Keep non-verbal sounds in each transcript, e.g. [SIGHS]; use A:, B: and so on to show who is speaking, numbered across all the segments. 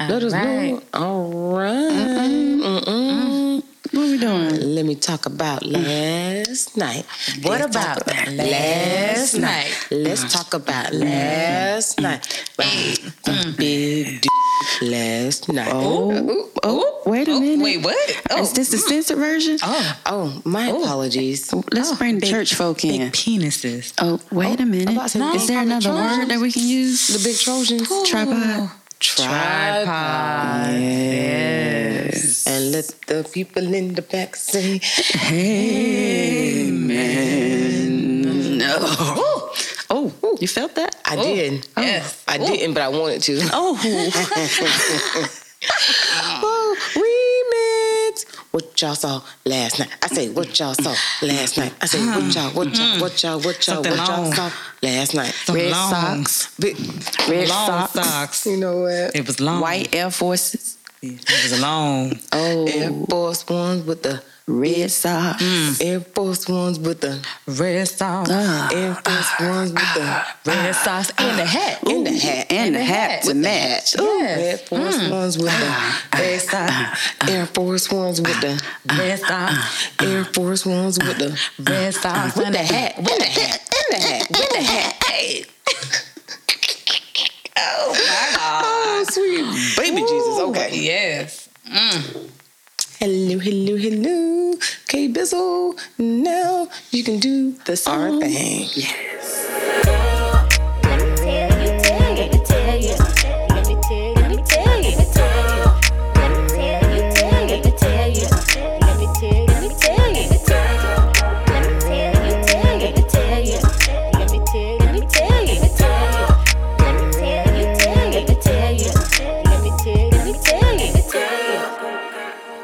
A: Let us know. All right. Mm-mm. Mm-mm.
B: What we doing?
A: Let me talk about last night. What
B: Let's talk
A: about,
B: about
A: last
B: last
A: night?
B: night.
A: Let's talk about last night. Big d- last night.
B: Oh, oh, wait a minute.
C: Wait, what? Oh,
B: Is this the censored version?
C: oh,
A: Oh, my apologies.
B: Let's bring the church folk in.
C: big penises.
B: Oh, wait a minute.
A: about to say, no,
B: Is there
A: I'm a
B: another
A: Trojan.
B: word that we can use?
A: The big Trojans.
B: Tripod.
A: Tripod. Yes. And let the people in the back say,
B: Amen. No. Oh, oh, you felt that?
A: I did.
C: Yes.
A: I didn't, but I wanted to. [LAUGHS]
B: Oh,
A: Oh, remix. What y'all saw last night? I say what y'all saw last night. I say
B: Uh-huh.
A: what y'all, what
B: Mm-hmm.
A: y'all, what y'all, what y'all,
C: Something
A: what y'all
C: long.
A: saw last night.
C: Something
A: Red
C: long.
A: socks, big
B: red
C: Long
B: socks,
C: socks.
A: You know what?
C: It was long.
B: white Air Forces.
C: It was long.
B: Oh,
A: Air Force Ones with the
B: red socks.
A: Air Force Ones with the
C: Red socks.
B: Ah.
A: Air Force Ones with the
C: Red socks and the hat.
A: in the
B: Ooh,
A: hat.
B: and the hat
C: hat.
B: to match. Ooh.
A: Air Force Ones with the
C: Red socks.
A: Air Force Ones with the
C: Red socks.
A: Air Force Ones with the
C: Red socks and the hat.
A: with the hat in the hat with the hat. Hey.
C: Oh my God.
A: Oh, sweet baby Jesus. Okay.
C: Yes.
A: Hello, hello, hello. K Bizzle. Now you can do the same thing.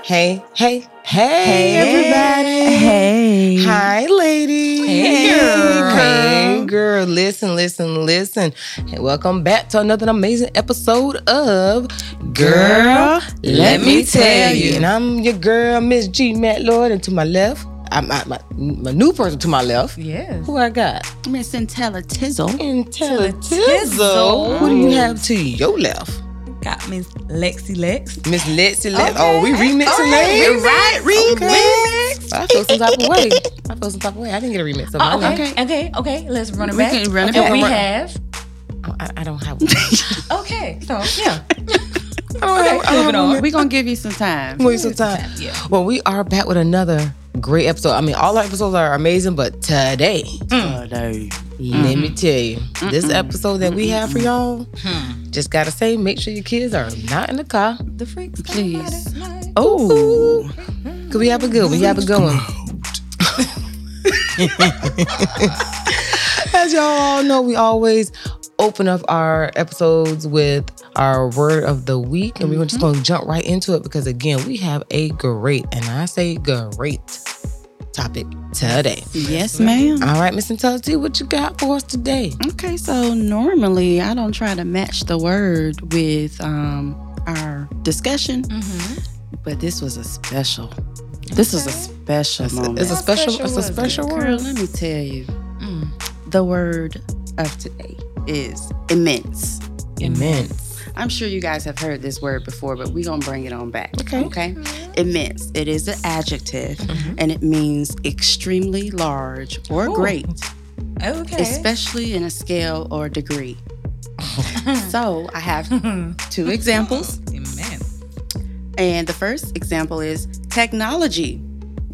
A: Hey, hey, hey, everybody.
B: Hey.
A: Hi, lady. Hey,
B: girl.
A: Hey, girl. Listen, listen, listen. And welcome back to another amazing episode of
B: Girl, Let Me Tell You.
A: And I'm your girl, Miss G. Matt Lord. And to my left, I, my, my, my new person to my left.
C: Yes.
A: Who I got?
B: Miss Intellitizzle.
A: Intellitizzle. What do you have to your left?
C: Got Miss Lexi Lex.
A: Miss Lexi Lex. Oh, we remixing
B: Okay,
A: that?
B: you're right,
A: remix. I feel some type of way. I feel some type of way. I didn't get a remix. So
C: Oh,
A: my
C: okay. okay. Okay. Let's run it
B: We
C: back.
B: can run it
C: okay,
B: back.
C: We
B: Run-
C: have.
A: Oh, I, I don't
C: [LAUGHS]
A: have one.
C: Okay. So [LAUGHS] yeah.
A: okay,
C: moving on.
B: We're going to give you some time.
A: Waste of time. Well, we are back with another great episode. I mean, all our episodes are amazing, but today,
B: Today.
A: let
C: Mm-hmm.
A: me tell you, this episode that we have for y'all,
C: Mm-hmm.
A: just gotta say, make sure your kids are not in the car.
C: The freaks.
B: Please.
A: Oh, could we have a good one? We have a good one. As y'all all know, we always open up our episodes with our word of the week, and we we're just going to jump right into it because, again, we have a great, and I say great, topic today.
B: Yes, ma'am.
A: All right, Miss Intelligence, what you got for us today?
B: Okay, so normally I don't try to match the word with um, our discussion,
C: Mm-hmm.
B: but this was a special. This was a special moment.
A: It's a
C: How
A: special,
C: special
A: it's a
C: was it?
A: special
B: Girl,
A: word.
B: let me tell you,
C: Mm,
B: the word of today is immense.
A: Immense.
B: I'm sure you guys have heard this word before, but we're gonna bring it on back.
A: Okay.
B: Okay. Immense. It is an adjective, and it means extremely large or great,
C: Okay. [LAUGHS]
B: especially in a scale or degree. so I have
C: Oh,
B: two examples,
C: Amen.
B: and the first example is technology.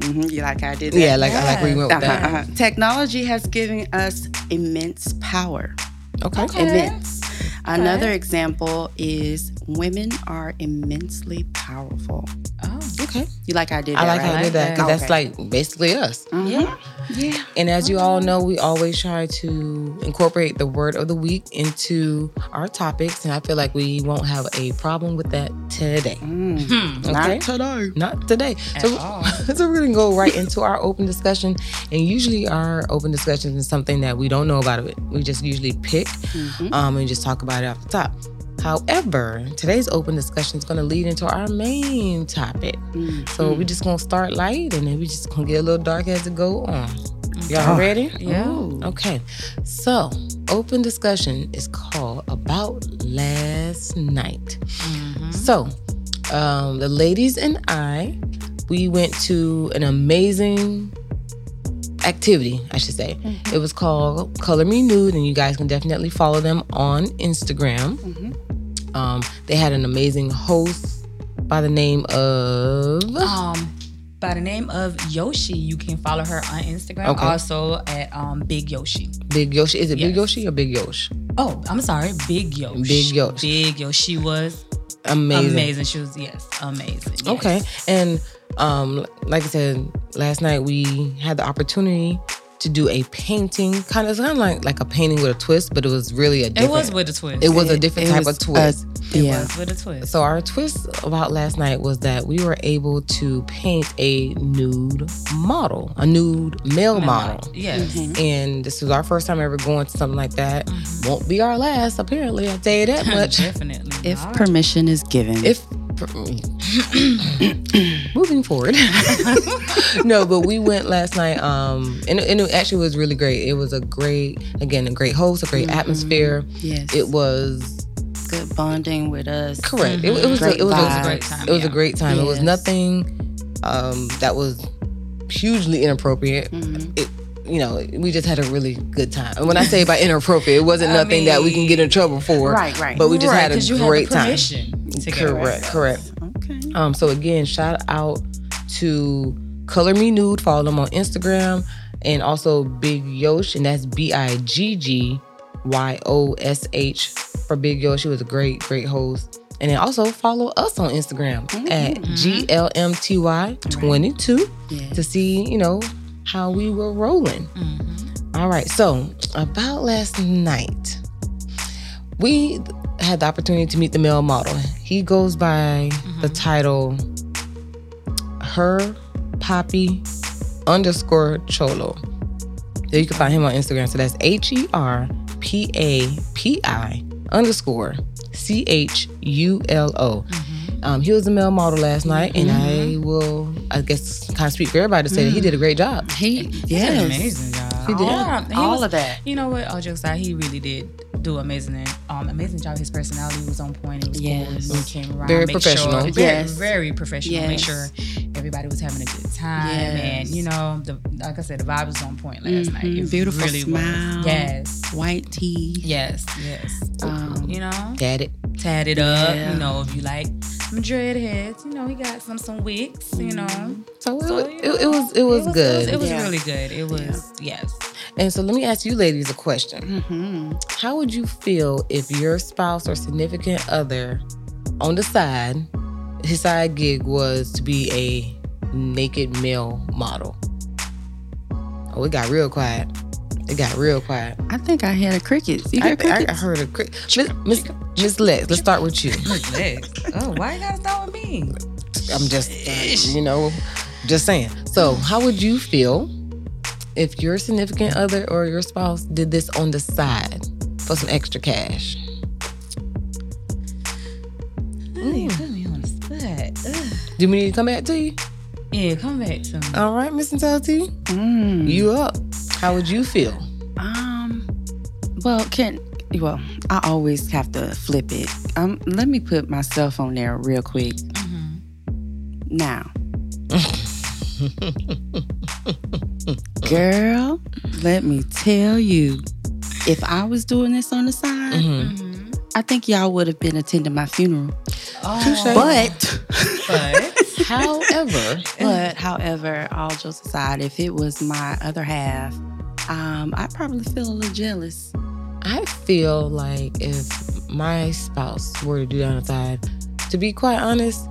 B: hmm You like I did that?
A: Yeah, like I like where you went with
B: Uh-huh,
A: that.
B: uh-huh. Technology has given us immense power.
A: Okay.
C: Okay.
B: Immense. Another example is women are immensely powerful.
C: Oh.
A: Okay.
B: You like I did that,
A: I like
B: right?
A: how you did that because that's like basically us.
B: Mhm.
C: Yeah.
B: Yeah.
A: And as you all know, we always try to incorporate the word of the week into our topics, and I feel like we won't have a problem with that today.
B: Mm.
C: Hmm.
A: Mm-hmm. Okay?
B: Not today.
A: Not today.
C: At
A: So,
C: all.
A: [LAUGHS] so we're gonna go right into our open discussion, and usually our open discussion is something that we don't know about it. We just usually pick
B: Mhm.
C: Mm-hmm.
A: um, and just talk about it off the top. However, today's open discussion is gonna lead into our main topic.
C: Mm-hmm.
B: Mm.
A: So we just gonna start light, and then we just gonna get a little dark as it go on. Y'all ready?
C: Yeah.
A: Okay, so open discussion is called a about last night.
C: Mhm.
A: So, um, the ladies and I, we went to an amazing activity, I should say.
C: Mm-hmm.
A: It was called Color Me Nude, and you guys can definitely follow them on Instagram.
B: Mhm.
C: Mm-hmm.
A: Um, they had an amazing host by the name of.
C: Um, by the name of Yoshi, you can follow her on Instagram.
A: Okay.
C: Also at um Big Yoshi.
A: Big Yoshi. Is it Big
C: Yes.
A: Yoshi or Big Yosh?
C: Oh, I'm sorry, Big Yoshi.
A: Big Yoshi.
C: Big Yoshi. She was
A: Amazing.
C: amazing. She was yes, amazing. yes.
A: Okay. And um, like I said, last night we had the opportunity to do a painting, kind of, kind of like like a painting with a twist, but it was really a
C: It
A: different.
C: was with a twist.
A: It was a
B: It-
A: different
B: it
A: type
B: was
A: of twist.
B: a-
C: It
B: yeah.
C: was with a twist.
A: so our twist about last night was that we were able to paint a nude model, a nude male model.
C: Yes.
B: Mhm.
A: And this was our first time ever going to something like that.
C: Mm-hmm.
A: Won't be our last, apparently. I'll tell you
C: [LAUGHS]
A: that much.
C: Definitely.
B: If
C: not.
B: permission is given.
A: if [CLEARS THROAT] moving forward [LAUGHS] no but we went last night um and, and it actually was really great it was a great again a great host a great
C: Mm-hmm.
B: Mhm.
A: atmosphere
B: yes.
A: it was
B: good bonding with us.
A: correct it, it was a,
B: Great
A: it was
C: It was
A: a,
C: a
B: vibes.
C: great time.
A: it was
C: yeah.
A: a great time it was
B: Yes.
A: nothing um that was hugely inappropriate
B: Mhm.
A: you know we just had a really good time and when i say by inappropriate it wasn't
C: [LAUGHS] I
A: nothing that we can get in
C: mean,
A: trouble for
B: Right, right.
A: but we just
C: Right,
A: had a
C: 'cause you had the
A: great time
C: permission to go.
A: correct correct
B: okay.
A: Um, so again, shout out to Color Me Nude. Follow them on Instagram and also Big Yosh, and that's B I G G Y O S H for Big Yosh. She was a great, great host. And then also follow us on Instagram at
C: Mhm.
A: GLMTY22
B: Yeah.
A: to see, you know, how we were rolling.
C: Mhm.
A: All right. So about last night, we had the opportunity to meet the male model. He goes by the title Her Poppy underscore Cholo. So you can find him on Instagram. So that's H E R P A P I underscore C H U L O. Um, he was a male model last night, and I will, I guess, kind of speak for everybody to say that he did a great job.
B: He,
C: He did
B: yes.
C: amazing, y'all.
A: He did.
C: Yeah, he
B: All
C: was-
B: of that.
C: You know what? All jokes aside, he really did do amazing, and, um, amazing job. His personality was on point. It was
B: Yes.
C: cool. He came around,
A: Very
C: make
A: professional.
C: Sure,
B: Yes.
C: very, very professional. Make
B: Yes.
C: sure everybody was having a good time,
B: Yes.
C: and you know, the, like I said, the vibe was on point last night.
B: Mhm.
C: It
B: Beautiful
C: really
B: smile.
C: Was. Yes,
B: White tea.
C: yes, yes.
B: Um,
C: You know,
A: Got it.
C: tat it up.
B: Yeah.
C: You know, if you like some dread heads, you know, he got some some wigs. You know,
A: So, it,
C: So,
A: wa-
C: you
A: it, it was it was good.
C: It was,
B: Yeah.
C: really good. It was yes.
A: And so let me ask you ladies a question.
B: Mm-hmm.
A: How would you feel if your spouse or significant other on the side, his side gig was to be a naked male model? Oh, it got real quiet. It got real quiet.
B: I think I had a crickets. You
A: I,
B: hear
A: I
B: crickets?
A: heard a cri- Miss, Miss, Miss Lex, let's start with you.
C: oh, why you gotta start with me?
A: I'm just, uh, you know, just saying. So, how would you feel if your significant other or your spouse did this on the side for some extra cash?
C: Ooh, put me on the spot. Ugh.
A: Do we need to come back to you?
C: Yeah, come back to me.
A: All right, Miss Mentality,
B: Mm.
A: you up? How would you feel?
B: Um. Well, can well, I always have to flip it. Um, let me put myself on there real quick now. Girl, let me tell you, if I was doing this on the side,
A: Mm-hmm.
C: Mm-hmm.
B: I think y'all would have been attending my funeral.
A: Touche.
C: Oh,
B: But
A: [LAUGHS]
C: but
A: However,
B: But however, all jokes aside, if it was my other half, um, I probably feel a little jealous.
A: I feel like if my spouse were to do that on the side, to be quite honest,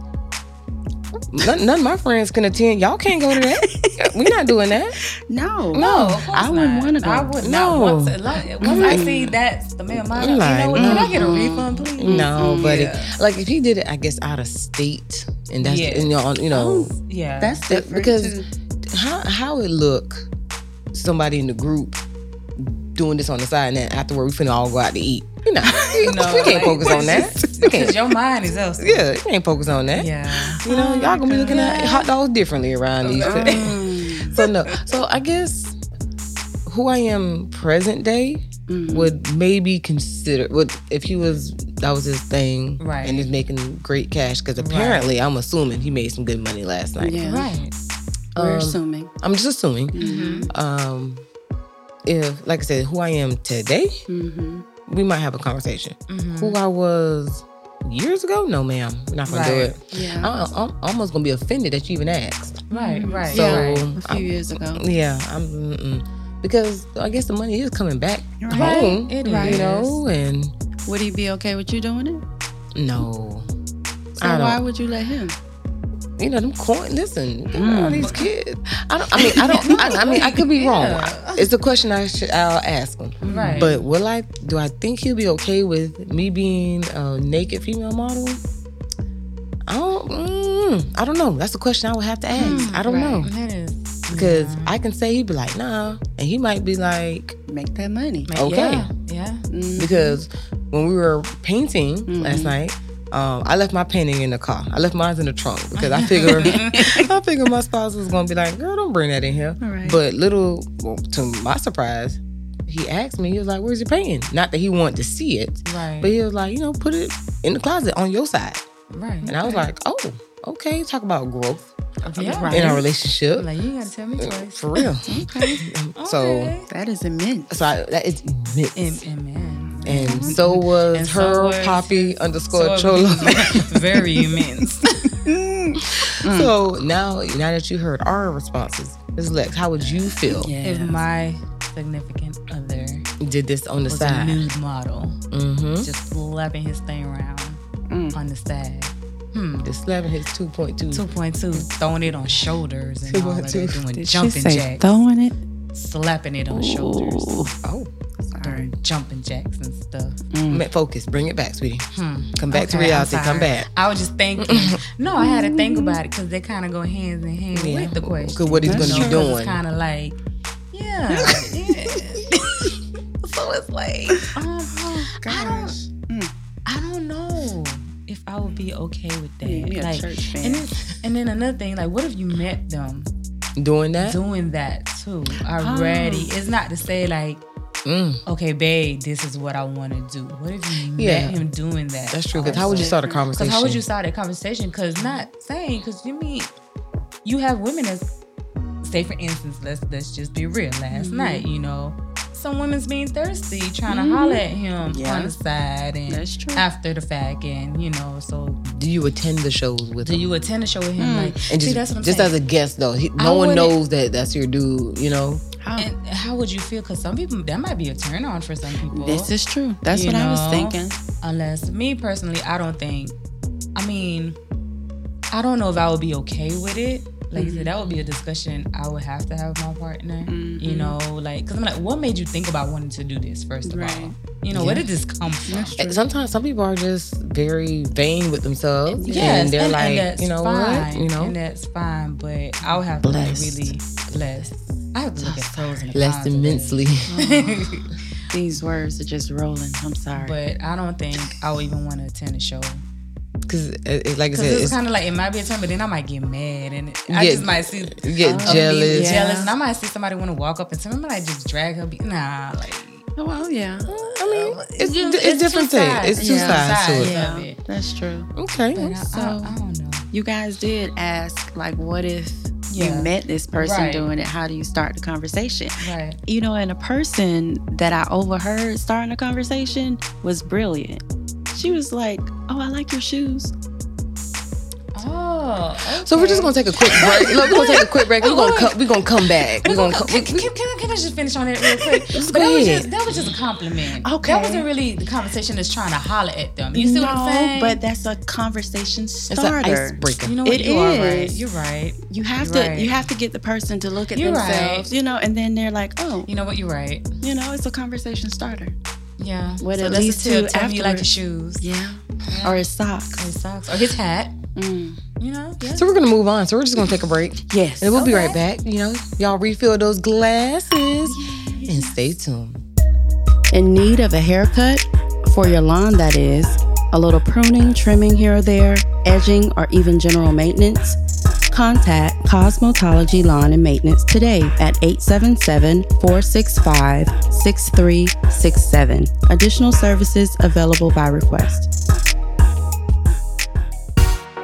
A: none, none of my friends can attend. Y'all can't go to that. We're not doing that.
B: No,
A: No,
C: of course
B: I wouldn't
C: not.
B: wanna go.
C: I would
A: No.
C: not want to. Like, once I
A: Mm.
C: see that's the man, mine.
A: I'm
C: You
A: like, mm.
C: know what? Can I get a
B: mm-mm.
C: refund, please?
A: No,
B: Mm-mm.
A: but it-
C: Mm, Yeah.
A: like if he did it, I guess out of state, and that's
C: Yeah.
A: and, you know, you know
C: Yeah.
B: that's
A: that-
B: different
A: because
B: too.
A: how how it look somebody in the group doing this on the side, and then afterward we finna all go out to eat. You know,
C: [LAUGHS] No,
A: [LAUGHS] we can't
C: like,
A: focus on
C: [LAUGHS]
A: that. we
C: because
A: can't.
C: your mind is elsewhere.
A: Yeah, Mm. we can't focus on that.
C: Yeah.
A: You know, y'all gonna be looking at hot dogs differently around these.
C: Okay.
A: days. so no, so I guess who I am present day,
C: Mm-hmm.
B: Mhm.
A: would maybe consider would if he was that was his thing
C: Right.
A: and he's making great cash because
C: Right.
A: apparently i'm assuming he made some good money last night
B: Yeah.
C: Right.
B: We're
A: Um,
B: assuming.
A: i'm just assuming
B: Mhm.
A: um if like i said who i am today
B: Mhm.
A: we might have a conversation
C: Mhm.
A: who i was years ago no ma'am we're not gonna do
C: Right.
A: it
B: Yeah.
A: I, I'm almost gonna be offended that you even asked
C: Right. Right.
A: so
C: right.
B: a few
A: I'm-
B: years ago.
A: yeah i'm mm-mm. because i guess the money is coming back
B: Right.
A: home
C: It
B: Right.
A: you
C: is.
A: know and
B: Would he be okay with you doing it?
A: no
B: So
A: I don't-
B: why would you let him?
A: you know them corn. Listen, you know, all
B: Mm.
A: these kids. I don't. I mean, I don't. I, I mean, I could be wrong.
C: [LAUGHS] Yeah.
A: It's a question I should. I'll ask him.
C: Right.
A: But will I? Do I think he'll be okay with me being a naked female model? I don't. Mm, I don't know. That's a question I would have to ask. I don't
B: right.
A: know
C: It Mm-hmm. is.
A: because
C: Mm. Yeah.
A: I can say he'd be like, nah, and he might be like,
B: Make that money.
C: Like,
A: okay.
C: Yeah.
A: [LAUGHS]
C: yeah.
B: Mhm.
A: because when we were painting
B: Mhm.
C: Mm-hmm.
A: last night. Um, I left my painting in the car. I left mine in the trunk because
C: [LAUGHS]
A: I figure I figure my spouse was gonna be like, "Girl, don't bring that in here."
B: All right.
A: But little well, to my surprise, he asked me. He was like, "Where's your painting?" Not that he wanted to see it,
C: Right.
A: but he was like, "You know, put it in the closet on your side."
C: right.
A: And I was like, "Oh, okay." Talk about growth
C: yeah.
A: in our relationship,
C: Like, you ain't gotta tell me twice.
A: for real.
B: okay.
A: [LAUGHS] So,
C: Okay.
B: that is immense.
A: so I, that is immense.
C: And, and man.
A: and so was
C: Mm-hmm. And so
A: her
C: was
A: Poppy underscore
C: So
A: Cholo.
C: very immense.
A: [LAUGHS] so
C: Mm.
A: now, now that you heard our responses, Ms. Lex, how would you feel
C: If my significant other
A: you did this on the
C: was a
A: side?
C: nude model,
A: Mm-hmm.
C: just slapping his thing around
B: Mm.
C: on the side. Hmm.
A: Just slapping his two point two.
C: 2.2, throwing it on shoulders and all of that,
A: 2.2.
C: doing
B: Did she
C: jumping
B: say
C: jacks,
B: throwing it?
C: slapping it on shoulders,
B: Ooh.
A: Oh,
B: Sorry.
C: doing jumping jacks and stuff.
A: Man, Mm. focus. Bring it back, sweetie.
C: Hmm.
A: Come back to
C: Okay, I'm
A: reality.
C: sorry.
A: Come back.
C: I was just
A: [LAUGHS]
C: thinking. no, I had to think about it because they kind of go hands in hand
A: Yeah.
C: with the question.
A: 'Cause what he's
B: gonna be
A: doing.
C: kind of like, yeah,
A: [LAUGHS]
C: yeah. so it's like, um,
A: [LAUGHS]
C: I don't,
B: Mm.
C: I don't know if I would be okay with that.
B: Yeah,
C: like,
B: church fan.
C: and, it's, and then another thing, like, what if you met them
A: Doing that.
C: doing that too already?
B: Oh.
C: It's not to say like,
A: Mm,
C: okay, babe, this is what I want to do. What if you
A: Yeah.
C: met him doing that?
A: that's true. Because how would
C: also?
A: you start a
C: Because
A: conversation?
C: how would you start a conversation? Because not saying, because you mean you have women as, say for instance, let's let's just be real. Last
B: Mm-hmm.
C: night, you know, some women's being thirsty, trying
B: Mhm.
C: to holler at him
B: Yeah.
C: on the side and
B: That's true.
C: after the fact, and you know, so
A: Do you attend the shows with
C: do
A: him?
C: you attend a show with him?
B: Mm.
C: Like,
A: and
C: see,
A: just,
C: that's what I'm
A: just
C: saying.
A: as a guest though, he,
C: I
A: no one
C: wouldn't-
A: knows that that's your dude. You know,
B: How-
C: and how would you feel? Because some people that might be a turn on for some people.
B: this is true. That's
C: You
B: what I was
C: know?
B: thinking.
C: unless me personally i don't think i mean i don't know if i would be okay with it like you said that would be a discussion i would have to have with my partner you
A: Mm-hmm.
B: Mhm.
C: know like because i'm like what made you think about wanting to do this first of
B: Right.
C: all you know where did this come from
B: That's
A: And sometimes some people are just very vain with themselves,
C: Yes,
A: and they're like,
C: that's
A: you know
C: fine,
A: what, you know,
C: and that's fine. But I'll have to like
A: Blessed.
C: really blessed. I have to look at pros and
A: less
B: Ah,
C: cons of this.
A: immensely.
B: Mm.
A: [LAUGHS]
B: These words are just rolling. I'm sorry.
C: [LAUGHS] but I don't think I would even want to attend a show
A: Because, uh, like I
C: Because
A: said,
C: it's,
A: it's,
C: kind of like it might be a time, but then I might get mad and I
A: Yeah.
C: just might see
A: you get
B: Oh,
A: jealous.
B: yeah.
C: jealous, and I might see somebody want to walk up and tell me, I might just drag her. Be, nah, like
B: oh, well, yeah.
A: I mean, it's,
C: just-
A: it's, different
C: two
A: things.
C: sides.
A: It's two
B: Yeah.
A: sides to it.
C: Yeah.
B: Yeah, that's true.
A: Okay.
C: But I,
B: So-
C: I, I don't know.
B: You guys did ask, like, what if
C: Yeah.
B: you met this person
C: Right.
B: doing it? How do you start the conversation?
C: Right.
B: You know, and a person that I overheard starting a conversation was brilliant. She was like, Oh, I like your shoes.
C: Oh.
A: So we're just gonna take a quick break. Look, we're gonna take a quick break. We're gonna
C: Look.
A: come, we're gonna come back. We're gonna come,
C: Can, can, can, can I just finish on that real quick? But
A: go
C: that, was
A: ahead.
C: just, that was just a compliment.
B: Okay.
C: That wasn't really the conversation that's trying to holler at them. You see what
B: No,
C: I'm saying?
B: But that's a conversation
A: it's an
B: starter.
A: icebreaker.
C: you know what?
B: it
C: you are right.
B: is.
C: You're right.
B: You have
C: You're
B: to
C: right.
B: you have to get the person to look at
C: You're right.
B: themselves, you know, and then they're like, oh,
C: You know what? You're right.
B: you know, it's a conversation starter.
C: Yeah.
B: What
C: so
B: it
C: that's a
B: leads to
C: tip. Tell me you like the
B: afterwards.
C: shoes.
B: Yeah.
C: Yeah.
B: Or a sock.
C: His socks or his hat.
B: Mm.
C: You know. Yeah.
A: So we're gonna move on. So we're just gonna take a break,
B: Yes.
A: and we'll be right
C: Okay.
A: back. You know, y'all refill those glasses and stay tuned.
B: In need of a haircut? For your lawn, that is. A little pruning, trimming here or there, edging, or even general maintenance? contact Cosmetology Lawn and Maintenance today at 877 465 6367. Additional services available by request.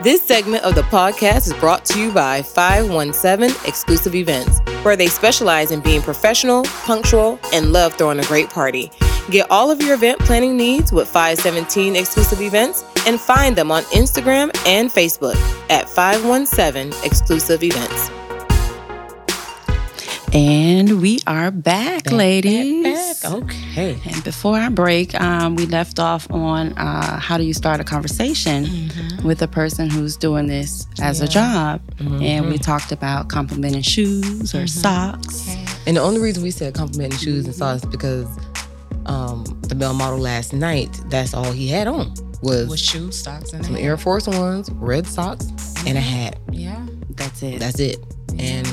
A: This segment of the podcast is brought to you by 517 Exclusive Events, where they specialize in being professional, punctual, and love throwing a great party. Get all of your event planning needs with 517 Exclusive Events and find them on Instagram and Facebook at 517 Exclusive Events.
B: And we are back, ladies.
A: Okay.
B: And before our break, um, we left off on uh, how do you start a conversation with a person who's doing this as a job. And we talked about complimenting shoes or socks.
A: And the only reason we said complimenting shoes and socks is because um, the male model last night, that's all he had on was
C: With shoes, socks, and
A: some
C: a
A: Air Force Ones, red socks, and a hat.
C: Yeah.
B: That's it.
A: That's it. And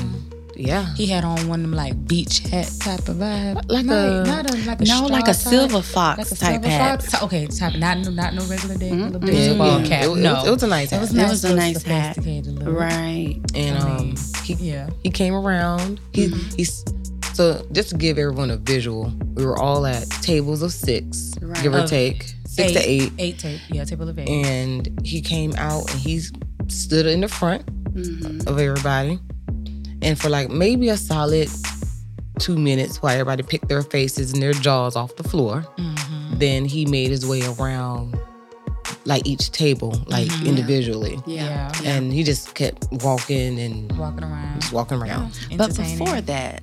A: yeah.
C: He had on one of them like beach hat type of vibe.
A: Like
C: not,
A: a-
C: not a like a
B: no,
C: straw
B: like a
C: type,
B: silver fox
C: like a
B: type
C: silver
B: hat.
C: fox type- Okay, type not no- not no regular day little
A: Yeah,
C: baseball
A: yeah.
C: cap.
A: It, was- it
C: no,
A: was, it was a nice
C: It
A: hat.
C: was
B: It
C: nice.
B: was a
C: little
B: nice hat.
C: sophisticated little-
B: Right.
A: and
C: I
A: um,
C: mean,
A: he
C: Yeah.
A: he came around. He he's so just to give everyone a visual, we were all at tables of six,
B: Right.
A: give or
C: Of
A: take, six to eight,
C: Eight tape. Yeah, table of eight.
A: and he came out and he stood in the front
B: Mhm.
A: of everybody, and for like maybe a solid two minutes, while everybody picked their faces and their jaws off the floor,
C: Mhm.
A: then he made his way around like each table, like
C: Mhm.
A: individually,
B: Yeah.
C: Yeah.
A: and he just kept walking and
C: Walking around.
A: just walking around.
B: But
C: entertaining.
B: before that,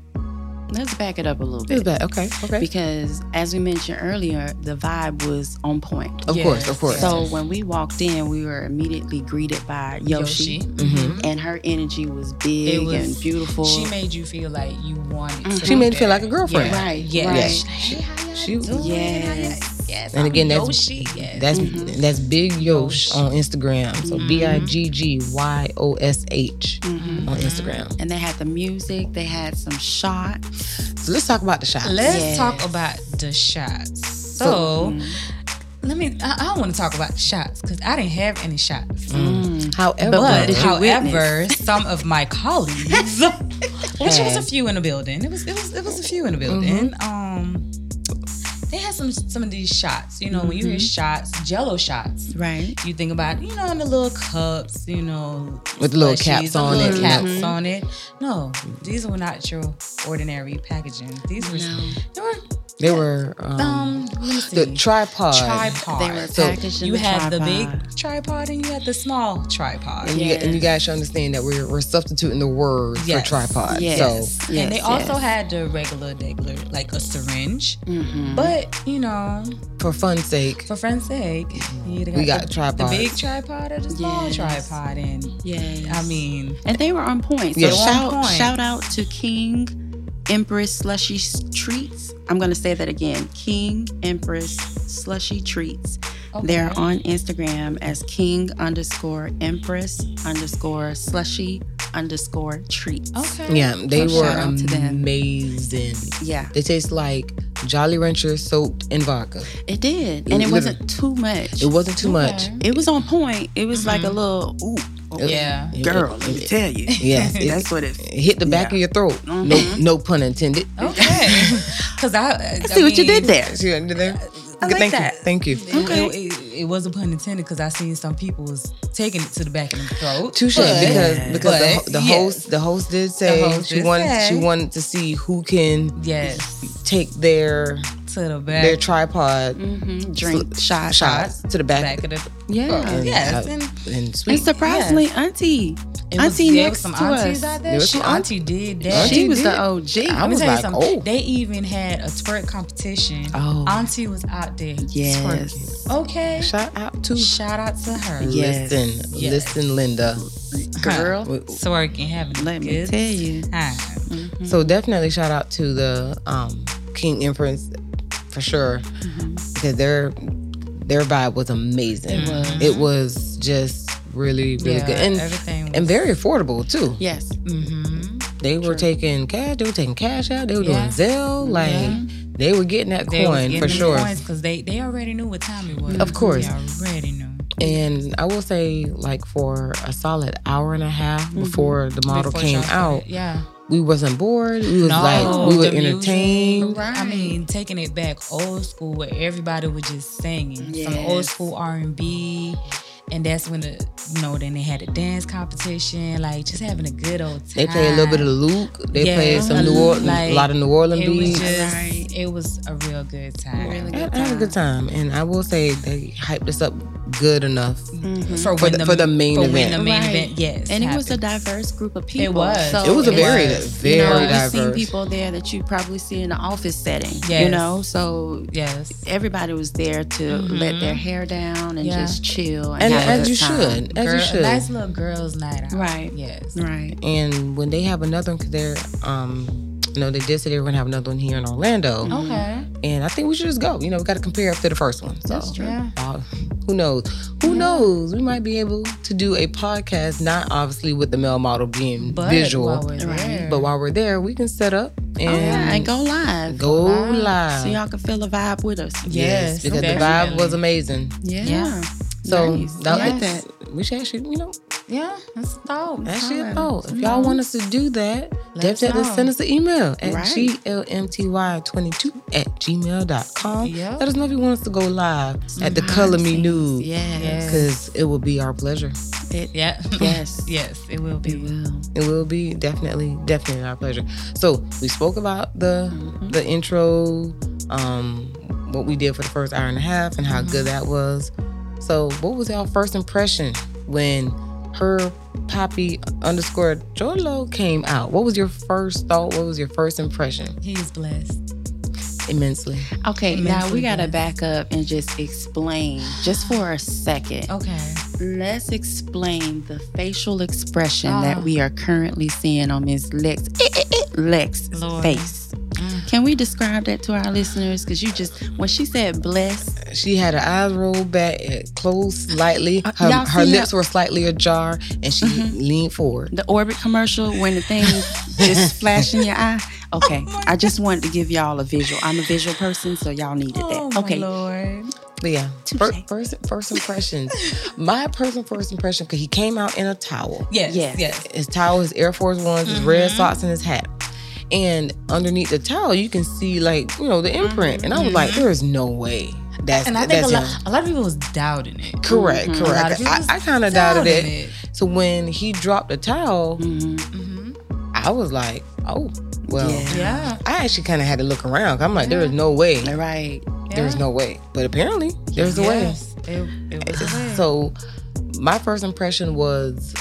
B: let's back it up a little
A: It was
B: bit.
A: bad. Okay. Okay.
B: Because as we mentioned earlier, the vibe was on point.
A: Of course, of
C: Yes.
A: course.
B: So when we walked in, we were immediately greeted by Yoshi.
C: Yoshi.
A: Mhm.
B: And her energy was big
C: Mm-hmm. was-
B: and beautiful.
C: She made you feel like you wanted.
B: Mhm.
C: To
A: Mm-hmm. She
C: be
A: made me feel
C: there.
A: like a girlfriend.
C: Yeah.
B: Right,
C: Yes.
B: right.
A: Yes.
C: Hey, how y'all
A: She-
C: doing?
B: Yes.
C: How y'all- Yes.
A: And
C: I'm
A: again, that's-
C: Yoshi. Yes.
A: That's
B: Mhm.
A: that's Big Yosh
C: Yosh.
A: on Instagram. So
B: Mhm.
A: B I G G Y O S H
B: Mhm.
A: on
C: Mhm.
A: Instagram.
B: And they had the music, they had some shots.
A: So let's talk about the shots.
C: Let's
B: Yes.
C: talk about the shots. So,
B: Mhm.
C: let me. I, I want to talk about shots because I didn't have any shots.
B: Mm.
A: However,
B: But what
C: But
B: did you
C: however,
B: witness?
C: some of my colleagues, which was a few in the building, it was it was it was a few in the building. Um, they had some some of these shots. You know, when you hear shots, Jello shots,
B: Right.
C: you think about you know in the little cups, you know,
A: With the little
C: slushies,
A: caps
C: the
A: on
C: little
A: it,
C: caps
A: yeah.
C: on it. No, these were not your ordinary packaging. These were
B: No.
C: they were
A: they were um,
C: um let me see.
A: the tripod.
C: tripod.
B: They were
A: So
B: packaged in
C: you
B: the
C: had the
B: tripod.
C: big tripod and you had the small tripod.
A: and, you, and you
B: Yes.
A: guys should understand that we're, we're substituting the word
C: Yes.
A: for tripod.
B: Yes.
A: So
C: and they
B: Yes,
C: also
B: yes.
C: had the regular degular, like a syringe.
B: Mhm.
C: But you know,
A: for fun's sake,
C: for friend's sake, you
A: we got
C: the, the
A: tripod.
C: big tripod or the small
B: Yes.
C: tripod, and
B: Yes.
C: I mean,
B: and they were on point.
A: Yes.
B: So
C: They were
B: shout
C: on point.
B: shout out to King Empress Slushy S- Treats. I'm gonna say that again. King Empress Slushy Treats. They're
C: okay.
B: on Instagram as King underscore Empress underscore Slushy underscore Treats.
C: Okay.
A: yeah, they
B: So
A: were
B: shout out to them.
A: amazing.
B: Yeah,
A: They taste like Jolly Rancher soaked in vodka.
B: it
A: It
B: did, and
A: literally-
B: it wasn't too much.
A: It wasn't too much.
C: Okay.
B: It was on point. It was like a
C: Mhm.
B: little ooh, okay,
C: Yeah.
A: It-
B: Mm-hmm. girl.
A: it-
B: Let me tell you,
A: Yes, it-
B: that's what it.
A: It hit the back
B: Yeah.
A: of your throat. No,
B: Mhm.
A: no pun intended.
C: Okay. Because I, I
B: See what you
C: mean,
B: did there.
A: See what I did there?
B: I like
A: thank
B: that.
A: you, thank you.
C: It,
B: Okay.
C: it, it, it was a pun intended because I seen some people was taking it to the back of the throat.
A: Touche,
C: but-
A: because
B: Yes.
A: because the, ho-
C: but,
A: the
C: yes.
A: host the host did say
C: host
A: she
C: did
A: wanted
C: say.
A: she wanted to see who can
C: Yes,
A: take their
C: to the
A: their
C: back,
A: tripod
B: Mm-hmm. Drink shot,
A: shots to the back,
C: back of the.
B: Yeah.
A: and,
C: Yes,
A: uh,
C: and
A: and
B: And
A: sweet.
B: surprisingly, Auntie,
C: It was-
B: Auntie
C: there was
B: next
C: some
B: to
C: aunties
B: us.
C: out
A: There
C: there.
A: was
C: She,
A: some
C: auntie did that.
A: Auntie
B: she was
A: did.
B: the OG.
A: I
C: Let me
A: was
C: tell you
A: like,
C: something.
A: oh,
C: They even had a twerk competition.
A: Oh.
C: Auntie was out there
B: Yes.
C: twerking. Okay.
A: shout out to
C: Shout out to her.
B: Yes.
A: listen,
C: Yes.
A: listen, Linda.
B: girl.
A: We-
C: Twerking, having a
B: Let me
C: good
B: tell you.
C: time.
A: So definitely shout out to the um, King Inference for sure
C: Mm-hmm.
A: because their their vibe was amazing. It
C: was.
A: just really really
C: Yeah,
A: good and
C: everything was,
A: and very affordable too.
B: Yes.
C: hmm
A: They were taking cash. They were taking cash out. They were
C: Yeah.
A: doing Zelle. Like they were getting that coin for sure.
C: because they, they already knew what time it was.
A: Of course.
C: They already knew.
A: And I will say, like for a solid hour and a half before the model
C: Mm-hmm. Before
A: came
C: y'all started.
A: out,
C: Yeah.
A: we wasn't bored. We was
C: No,
A: like we were
C: the music.
A: entertained.
B: Right.
C: I mean, taking it back old school where everybody was just singing. Some old
B: Yes.
C: school R and B. And that's when the you know, then they had a dance competition, like just having a good old time.
A: They played a little bit of Luke. They
C: Yeah.
A: played some
C: Mhm.
A: New Orleans,
C: Like,
A: a lot of New Orleans
C: it was
A: beats.
C: just
B: Right.
C: it was a real good time.
B: Really
A: I
B: good
A: I had a good time, and I will say they hyped us up good enough
C: Mm-hmm.
B: Mhm.
C: For,
A: for
C: when
A: the, for the main
C: for when
A: event.
C: the main
B: Right.
C: event, yes.
B: And it was a
C: happened.
B: diverse group of people.
C: was.
B: So
A: it was a
B: it's-
A: very,
C: was.
A: very
B: you know,
A: diverse.
B: We've seen people there that you probably see in the office setting. You
C: Yes.
B: know, so
C: Yes.
B: everybody was there to let their hair down and
C: Yeah.
B: just chill and,
A: and
B: have a
A: as
B: good
A: you
B: time.
A: should, as
C: Girl-
A: you
C: A
A: should.
C: nice little girls' night out.
B: Right.
C: Yes.
B: Right.
A: And when they have another one, because they're, um, you know, they did say they were gonna have another one here in Orlando,
C: Oh. Okay.
A: and I think we should just go. You know, we got to compare up to the first one. So,
B: That's true.
C: Yeah.
A: uh, who knows? Who knows? We might be able to do a podcast, not obviously with the male model being
C: But
A: visual,
C: while we're
B: Right.
C: there,
A: but while we're there, we can set up and,
B: Oh, yeah, and go live.
A: go
C: live.
A: live.
B: So y'all can feel the vibe with us.
A: Yes,
C: Yes,
A: because the vibe
C: definitely.
A: was amazing.
B: Yeah.
C: Yeah.
A: So
B: Nice.
A: that,
B: I like
A: it's-
B: that.
A: we should actually, you know,
C: yeah, that's a thought.
A: actually a
B: Fine.
A: thought. If y'all want us to do that,
C: Let
A: def-
C: us
A: def-
C: know.
A: send us an email at
B: Right.
A: glmty22 at gmail.com.
C: Yep.
A: Let us know if you want us to go live at the Color Me
B: Behind the
A: Nude.
B: Yes.
A: Because it will be our pleasure.
C: Yeah.
B: Yes.
C: [LAUGHS] yes, it will be.
B: We will.
A: It will be definitely, definitely our pleasure. So we spoke about the
B: Mhm.
A: the intro, um, what we did for the first hour and a half, and how good that was. So, what was y'all first impression when her Poppy underscore Jolo came out? What was your first thought? What was your first impression?
C: He's blessed.
A: Immensely.
B: Okay, now
C: Mentally
B: we gotta
C: blessed.
B: back up and just explain, just for a second.
C: Okay.
B: Let's explain the facial expression
C: Ah.
B: that we are currently seeing on Miss Lex eh, Lex
C: Lord.
B: face.
C: Mm.
B: Can we describe that to our listeners? Because you just when she said blessed,
A: She had her eyes rolled back, eh, closed slightly.
B: Uh,
A: Her,
B: y'all
A: her
B: seen
A: lips were slightly ajar, and she leaned forward.
B: the orbit commercial when the
C: [LAUGHS]
B: thing just flashed in your eye.
C: Oh
B: Okay, I just wanted to give y'all a visual. I'm a visual person, so y'all needed
C: Oh,
B: that.
C: my
B: Okay,
C: Lord.
A: But yeah,
B: Touche.
A: first, first first impressions. [LAUGHS] My personal first impression because he came out in a towel.
C: Yes.
B: Yes.
C: Yes.
A: his towel, his Air Force Ones, his red
C: Mm-hmm.
A: socks, and his hat. And underneath the towel, you can see like you know the imprint. And I was like, there is no way that's
C: Mm-hmm. And I think
A: that's
C: a lot,
A: him.
C: a lot of people was doubting it.
A: Correct,
C: A lot of
A: correct.
C: people
A: I,
C: was
A: I kind of doubted it. So when he dropped the towel,
B: Mhm.
C: hmm
A: I was like, oh well.
B: Yeah.
C: Yeah.
A: I actually kind of had to look around. I'm like, there is no way.
B: all right.
A: There is no way. But apparently, there's a way.
C: yes. It, it was a way.
A: So my first impression was,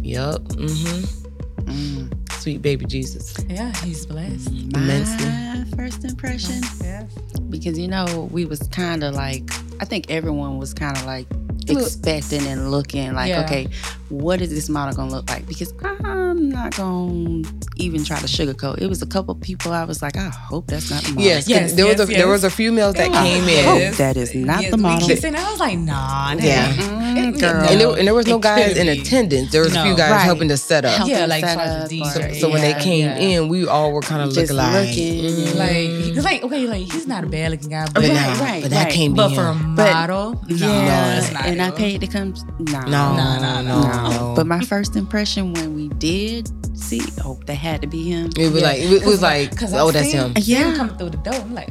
A: yup, mm-hmm,
B: Mm.
A: sweet baby Jesus.
C: yeah, he's blessed.
B: My
A: Immensely.
B: first impression.
C: Yes.
B: because you know we was kind of like i think everyone was kind of like
A: Look.
B: expecting and looking like
C: Yeah.
B: okay what is this model gonna look like because i'm not gonna even try to sugarcoat it was a couple people i was like i hope that's not the model
A: Yes, 'cause
C: Yes,
A: there was
C: yes,
A: a there
C: yes.
A: was a few males that
B: I
A: came
B: hope
A: in.
C: Yes.
B: that is not
C: Yes,
B: the
C: we
B: model
C: keep saying that. I was like, nah. that
A: Yeah.
C: ain't-
B: Mm,
C: It-
B: girl
A: And there, and there was no
C: Oh, It
A: guys
C: could
A: in
C: be.
A: attendance. There was a few
C: No.
A: guys
B: Right.
A: helping to set up.
B: Helping
C: Yeah, like
B: set
C: far as
B: up
C: the
B: or-
C: DJ,
A: So when they
C: Yeah,
A: came
C: yeah.
A: in, we all were kind of
B: Just
A: looking like,
B: looking.
A: mm,
C: Like, cause like, okay, like he's not a bad looking guy, but,
A: but,
B: Right,
A: nah,
B: right,
A: but that
B: right.
A: can't be
C: but
A: him.
C: for a model, no,
B: yeah
C: that's not
B: and i
C: him.
B: paid to come no
A: no,
C: Nah,
A: no,
C: nah,
A: no,
C: nah.
A: no.
B: but my first impression when we did see oh that had to be him
A: it was
C: Yeah.
A: like it was
C: Cause
A: like,
C: Cause
A: oh,
C: I've
A: that's
C: seen-
A: him.
C: seen him
B: Yeah.
C: come through the door. I'm like,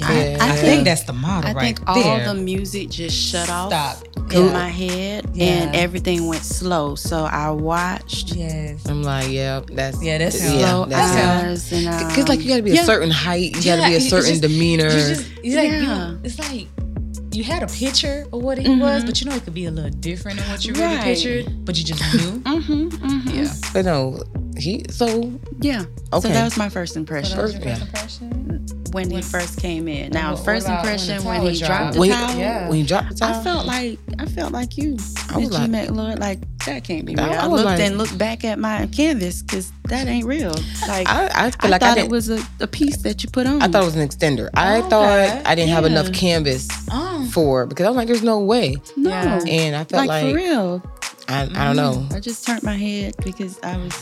A: Yeah.
C: I,
A: I
C: think
B: think-
C: that's the model
B: i
C: right
B: think all
C: there.
B: the music just shut off
C: Stop.
B: in
A: Yeah.
B: my head
C: Yeah.
B: and everything went slow. So I watched
C: Yes.
A: I'm like, yeah, that's
C: Yeah, that's him.
A: yeah,
B: slow
A: that's
C: I-
A: him.
B: eyes and um,
A: Because like you got to be
B: yeah.
A: a certain height, you got to
C: Yeah,
A: be a
C: it's
A: certain
C: just-
A: demeanor.
C: You just, it's like,
B: Yeah.
C: you, it's like you had a picture of what he was,
B: Mhm.
C: but you know it could be a little different than what you
B: Right.
C: really pictured, but you just [LAUGHS] knew.
B: Mm-hmm, mm-hmm.
C: yeah.
B: Yeah.
A: but no, he so
B: Yeah. So
A: okay.
B: that was my first
C: So
B: impression
C: that was your
A: Yeah.
C: first impression?
B: when he
C: When-
B: first came in. Now,
C: What- what
B: first
C: about when the
B: impression when,
C: towel
B: he dropped
C: dropped?
B: the
A: when,
B: towel.
C: yeah.
A: when he dropped the towel,
B: I felt like I felt like you.
A: I was
B: Did
A: like-
B: you make Lord like that can't be
A: I
B: real? I,
A: was
B: looked
A: like-
B: and looked back at my canvas because that ain't real. Like I,
A: I, I feel like I
B: thought
A: didn't.
B: it was a, a piece that you put on.
A: I thought it was an extender. I
C: Okay.
A: thought I didn't have
B: Oh, Yeah.
A: enough canvas
C: Oh.
A: for because I'm like, there's no way.
B: no,
C: Yeah.
A: And I felt
B: like,
A: like,
B: for real.
A: I, I don't know.
B: I just turned my head because I was.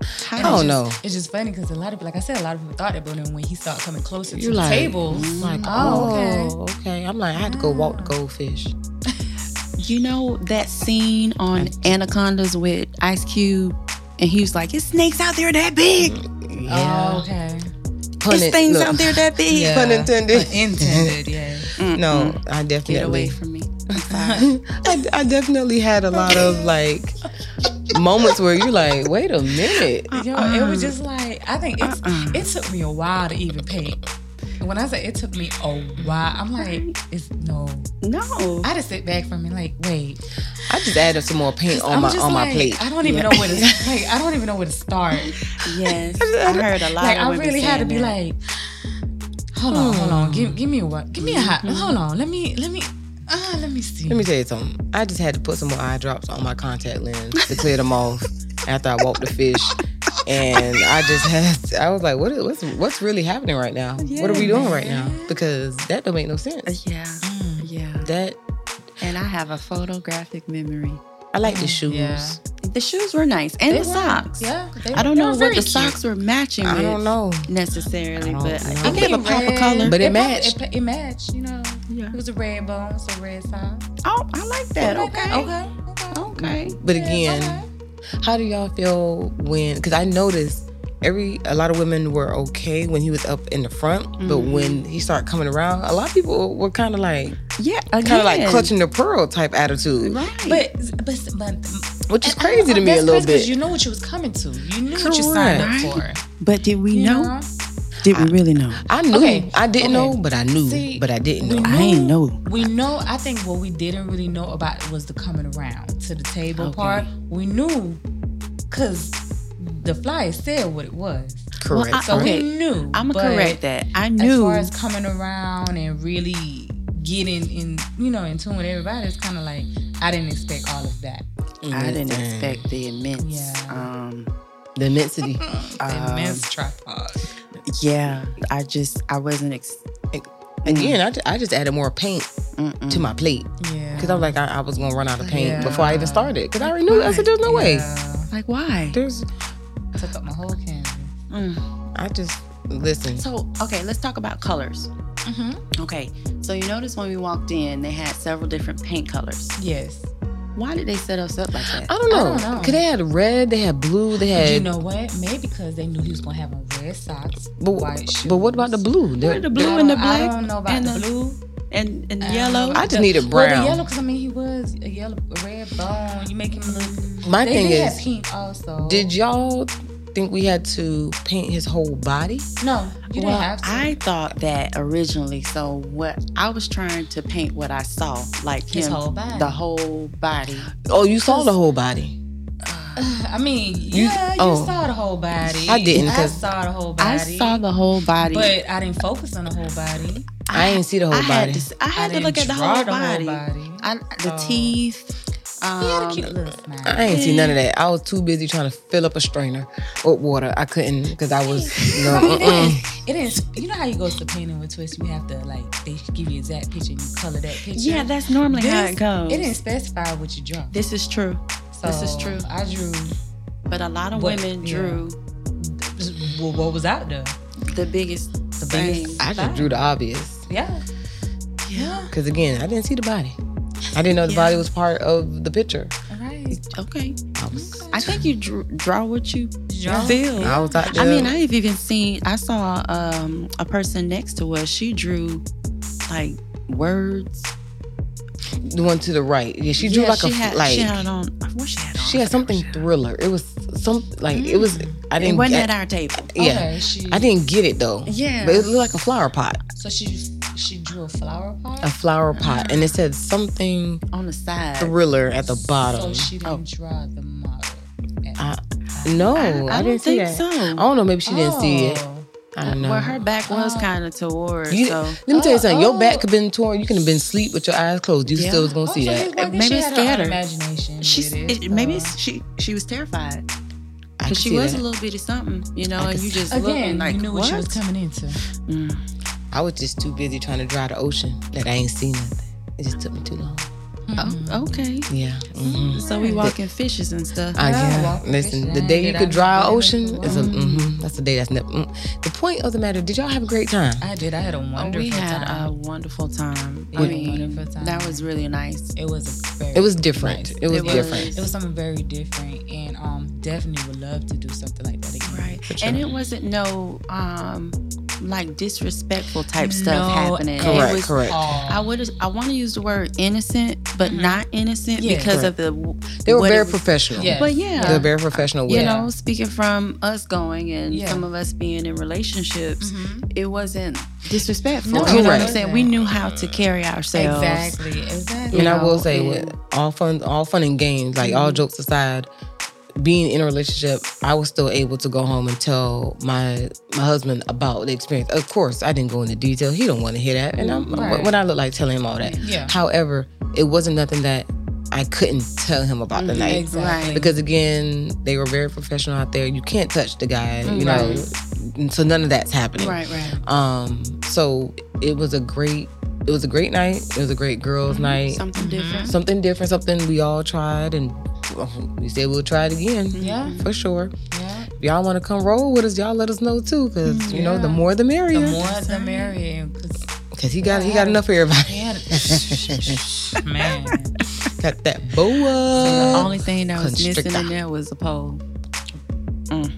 A: I
B: Tired.
A: don't
C: just-
A: know.
C: It's just funny because a lot of, like I said, a lot of people thought it, but then when he started coming closer
A: You
C: to
A: like-
B: Mm.
C: the table,
A: It's Like,
C: Oh,
A: oh, okay. I'm like, I had to go walk the goldfish.
B: you know that scene on Anacondas with Ice Cube, and he was like, "It's snakes out there that big.
C: Oh,
A: Yeah.
C: okay.
A: Pun
B: it's
A: it-
B: things
A: Mm-hmm. look,
B: out there that big."
C: Yeah.
A: Pun intended.
C: Intended, yeah.
A: [LAUGHS]
B: Mm-mm.
A: no, I definitely
B: Mm. get away from me. I'm sorry.
A: [LAUGHS] I, I definitely had a lot of like moments where you're like, wait a minute.
C: Yo, it was just like I think it's,
B: Uh-uh.
C: it took me a while to even paint. When I say it took me a while, I'm like, it's no.
B: no.
C: I just sit back from it, like, wait.
A: I just added some more paint on
C: I'm
A: my
C: just
A: on
C: like,
A: my plate.
C: I don't even know where to like. I don't even know where to
B: [LAUGHS]
C: start.
B: yes, I heard a lot.
C: Like,
B: of
C: I
B: women
C: really had to be
B: saying that.
C: like, hold on, hold on, give give me a what? Give me a hot.
B: Mm-hmm.
C: Hold on, let me let me. Ah, let me see.
A: Let me tell you something. I just had to put some more eye drops on my contact lens to clear them off after I walked the fish. And I just had, I was like, what is, what's, what's really happening right now? What are we doing right now? Because that don't make no sense.
B: Uh, yeah,
A: Mm.
B: yeah.
A: That,
B: And I have a photographic memory.
A: I like the shoes.
C: Yeah.
B: The shoes were nice, and
C: They
B: the
C: were,
B: socks.
C: Yeah, they-
B: I don't
C: they
B: know
C: were
B: what the
C: very cute.
B: socks were matching
A: I
B: with
A: don't know.
B: necessarily,
A: I don't
B: but
A: know.
B: it gave a
C: think
B: pop of
C: red-
B: color.
A: But it
C: pa-
A: matched.
C: It, pa- it matched, you know.
B: Yeah.
C: It was a red bone, so red sock.
B: Oh, I like that. Okay. Okay.
C: Okay. Okay.
B: Okay.
A: But
C: Yeah,
A: again,
C: okay.
A: How do y'all feel when? Because I noticed every a lot of women were okay when he was up in the front, but
C: Mm-hmm.
A: when he started coming around, a lot of people were kind of like
B: Yeah.
A: kind of like clutching the pearl type attitude,
B: Right.
C: But but but
A: which is crazy to me a little bit.
C: Because you know what you was coming to. You knew what you signed up
B: Correct.
C: for.
B: but did we
C: You
B: know?
C: know?
B: Did we really know?
A: I knew,
C: Okay,
A: I didn't
C: okay.
A: know, but I knew,
C: See,
A: but I didn't
C: we
A: know.
B: I ain't know.
C: We know. I think what we didn't really know about was the coming around to the table
B: Okay.
C: part. We knew because the flyer said what it was.
A: Correct.
B: Well, I-
C: So
B: Okay.
C: we knew.
B: I'm
C: but
B: gonna Uh-uh. correct that. I
C: As
B: knew.
C: far as coming around and really getting in, you know, in tune with everybody, it's kind of like I didn't expect all of that.
B: I didn't
A: Mm,
B: expect the immense.
C: Yeah.
B: Um,
A: the immensity.
B: um,
C: Immense tripod.
B: [LAUGHS] Yeah. I just I wasn't. Ex- e, mm,
A: Again, I, ju- I just added more paint
B: mm-mm.
A: to my plate
C: Yeah.
A: because I was like, I, I was gonna run out of paint
C: Yeah.
A: before I even started because I already knew. I said, "There's no way."
B: like why?
A: There's,
C: Took up my whole canvas.
B: Mm.
A: I just listen.
B: So okay, let's talk about colors.
C: Mm-hmm.
B: Okay, so you notice when we walked in, they had several different paint colors.
C: Yes.
B: Why did they set us up like that?
A: I don't
C: I
A: know.
C: don't know.
A: Cause they had red, they had blue, they had.
C: You know what? Maybe because they knew he was gonna have on red socks,
A: but,
C: white shoes.
A: but what about the blue?
B: Where
A: The-
B: the
A: the-
B: blue
C: I
B: and the
C: don't- I
B: black
C: don't know about
B: and
C: the,
B: the-
C: blue.
B: and and
C: Um,
B: yellow?
A: I just needed
C: Well,
A: brown.
C: the yellow, because I mean, he was a yellow, a red bone. You make him look.
A: My
C: they
A: thing
C: did
A: is,
C: have pink also.
A: did y'all think we had to paint his whole body?
C: no? You
B: well,
C: didn't have to.
B: I thought that originally. So what I was trying to paint what I saw, like
C: His
B: him,
C: whole body.
B: the whole body.
A: Oh, you saw the whole body.
C: [SIGHS] I mean, yeah, you
A: oh.
C: saw the whole body.
A: I didn't,
C: I
A: 'cause
C: saw the whole body.
B: I saw the whole body.
C: but I didn't focus on the whole body.
A: I, didn't see the whole
B: I had
A: body.
B: to. s- I
C: I
B: had to
C: didn't
B: look at the
C: draw
B: whole
C: the whole
B: body.
C: body.
B: I, the
C: So-
B: teeth. Um,
C: He had a cute little smile.
A: I ain't see none of that. I was too busy trying to fill up a strainer with water. I couldn't because I was no.
C: I mean,
B: [LAUGHS]
C: it
A: mm-mm.
C: didn't- it didn't. You know how you go to painting with twist, you have to like they give you exact picture and you color that picture.
B: Yeah, that's normally how
C: This-
B: it goes.
C: It didn't specify what you draw.
B: This is true.
C: So
B: this is true.
C: I drew
B: But a lot of
C: What-
B: women
C: yeah.
B: drew
C: th- well, what was out there.
B: the biggest
C: The
B: thing.
C: biggest.
A: I just drew the obvious
C: Yeah.
B: Yeah.
A: because again, I didn't see the body. I didn't know the
B: Yeah.
A: body was part of the picture.
C: Right.
B: Okay.
A: I was,
B: I think you drew, draw what you
C: Draw.
B: feel.
A: I was out there.
B: I mean, I've even seen. I saw um, a person next to us. She drew like words.
A: the one to the right. Yeah, she drew
B: Yeah,
A: like
B: she
A: a
B: had,
A: like
B: she had on. What she had on?
A: She had something thriller. It was some like it was. I
B: Mm-hmm. It
A: didn't.
B: wasn't
A: get,
B: at our table.
A: yeah,
C: Okay, she,
A: I didn't get it though.
B: Yeah.
A: but it looked like a flower pot,
C: So she she drew a flower pot.
A: a flower pot, and it said something
B: on the side.
A: thriller at the
C: So
A: bottom. Oh.
C: she didn't draw the model.
A: I- no, I,
B: I, I don't
A: didn't see
B: think
A: that.
B: so.
A: I don't know. Maybe she didn't see it. I don't know.
B: Well, her back was
C: Oh.
B: kind of toward.
A: You-
B: so
A: Let me tell you something. Your
C: Oh.
A: back could have been torn. You could have been asleep with your eyes closed. You
B: Yeah.
A: still was gonna see that.
C: maybe
B: Maybe it
C: she
B: scared
C: scared
B: her.
C: her. own Imagination.
B: she's
C: with it,
B: it, maybe
C: so.
B: it's, she she was terrified
A: I could
B: because she
A: see
B: was
A: that.
B: a little bit of something, you know.
A: I
B: And
A: could
B: you
A: see-
B: just
C: again.
B: looking like
C: you knew what? she was coming into.
B: Mm.
A: I was just too busy trying to dry the ocean that I ain't seen nothing. It just took me too long.
B: Oh, okay.
A: Yeah. mhm.
B: So we walking fishes and stuff.
A: I
C: Yeah,
A: yeah.
C: walk the
A: Listen,
C: fish
A: the
C: line,
A: day you
C: get
A: could
C: out
A: dry
C: the way,
A: ocean
C: walk.
A: is a. mhm, That's the day that's never. mm. The point of the matter. Did y'all have a great time?
C: I did. I had a
B: Oh,
C: wonderful
B: we had
C: time.
B: a wonderful time.
C: We
B: I
C: had a
B: mean,
C: wonderful time.
B: that was really nice.
C: It was a very
A: It was different.
C: nice.
A: It was
B: It was.
A: different.
C: It was something very different, and um, definitely would love to do something like that again.
B: Right.
A: sure.
B: And it wasn't no um like disrespectful type stuff
C: No,
B: happening.
A: Correct.
B: It was
A: correct.
C: Oh.
B: I would I want to use the word innocent, but
C: Mhm.
B: not innocent
C: Yeah.
B: because of the
A: They were
B: what it
A: very
B: was-
A: professional.
C: Yeah.
B: But yeah.
A: They were very professional.
B: you
A: with it.
B: know, speaking from us going and
C: Yeah.
B: some of us being in relationships,
C: Mhm.
B: it wasn't Mm-hmm. disrespectful.
C: No,
B: you know what I'm
A: Correct.
B: saying? We knew how to carry ourselves.
C: Exactly. Exactly.
B: You
A: and I will
B: know,
A: say,
B: and-
A: with all fun, all fun and games, like all jokes aside, being in a relationship, I was still able to go home and tell my my husband about the experience. Of course, I didn't go into detail. He don't want to hear that, and I'm
C: Right.
A: when I look like telling him all that.
C: Yeah.
A: However, it wasn't nothing that I couldn't tell him about the night
C: Mm-hmm. Exactly.
A: because again, they were very professional out there. You can't touch the guy,
C: Mm,
A: you know. So none of that's happening.
B: Right, right.
A: Um, so it was a great, it was a great night. It was a great girls' night
B: Something
C: Mhm.
B: different.
A: something different, something we all tried, and well, we said we'll try it again
C: Yeah.
A: for sure.
C: Yeah.
A: If y'all want to come roll with us, y'all let us know too, because you know the
C: Yeah.
A: more the
C: The
A: merrier.
C: more the merrier. 'cause
A: Because he got he got enough for everybody.
C: we
A: [LAUGHS]
C: had a- Man. [LAUGHS]
A: got that
B: The
A: boa.
B: only thing that was missing in
A: Uh, Constrictor.
B: there was a pole. Mm.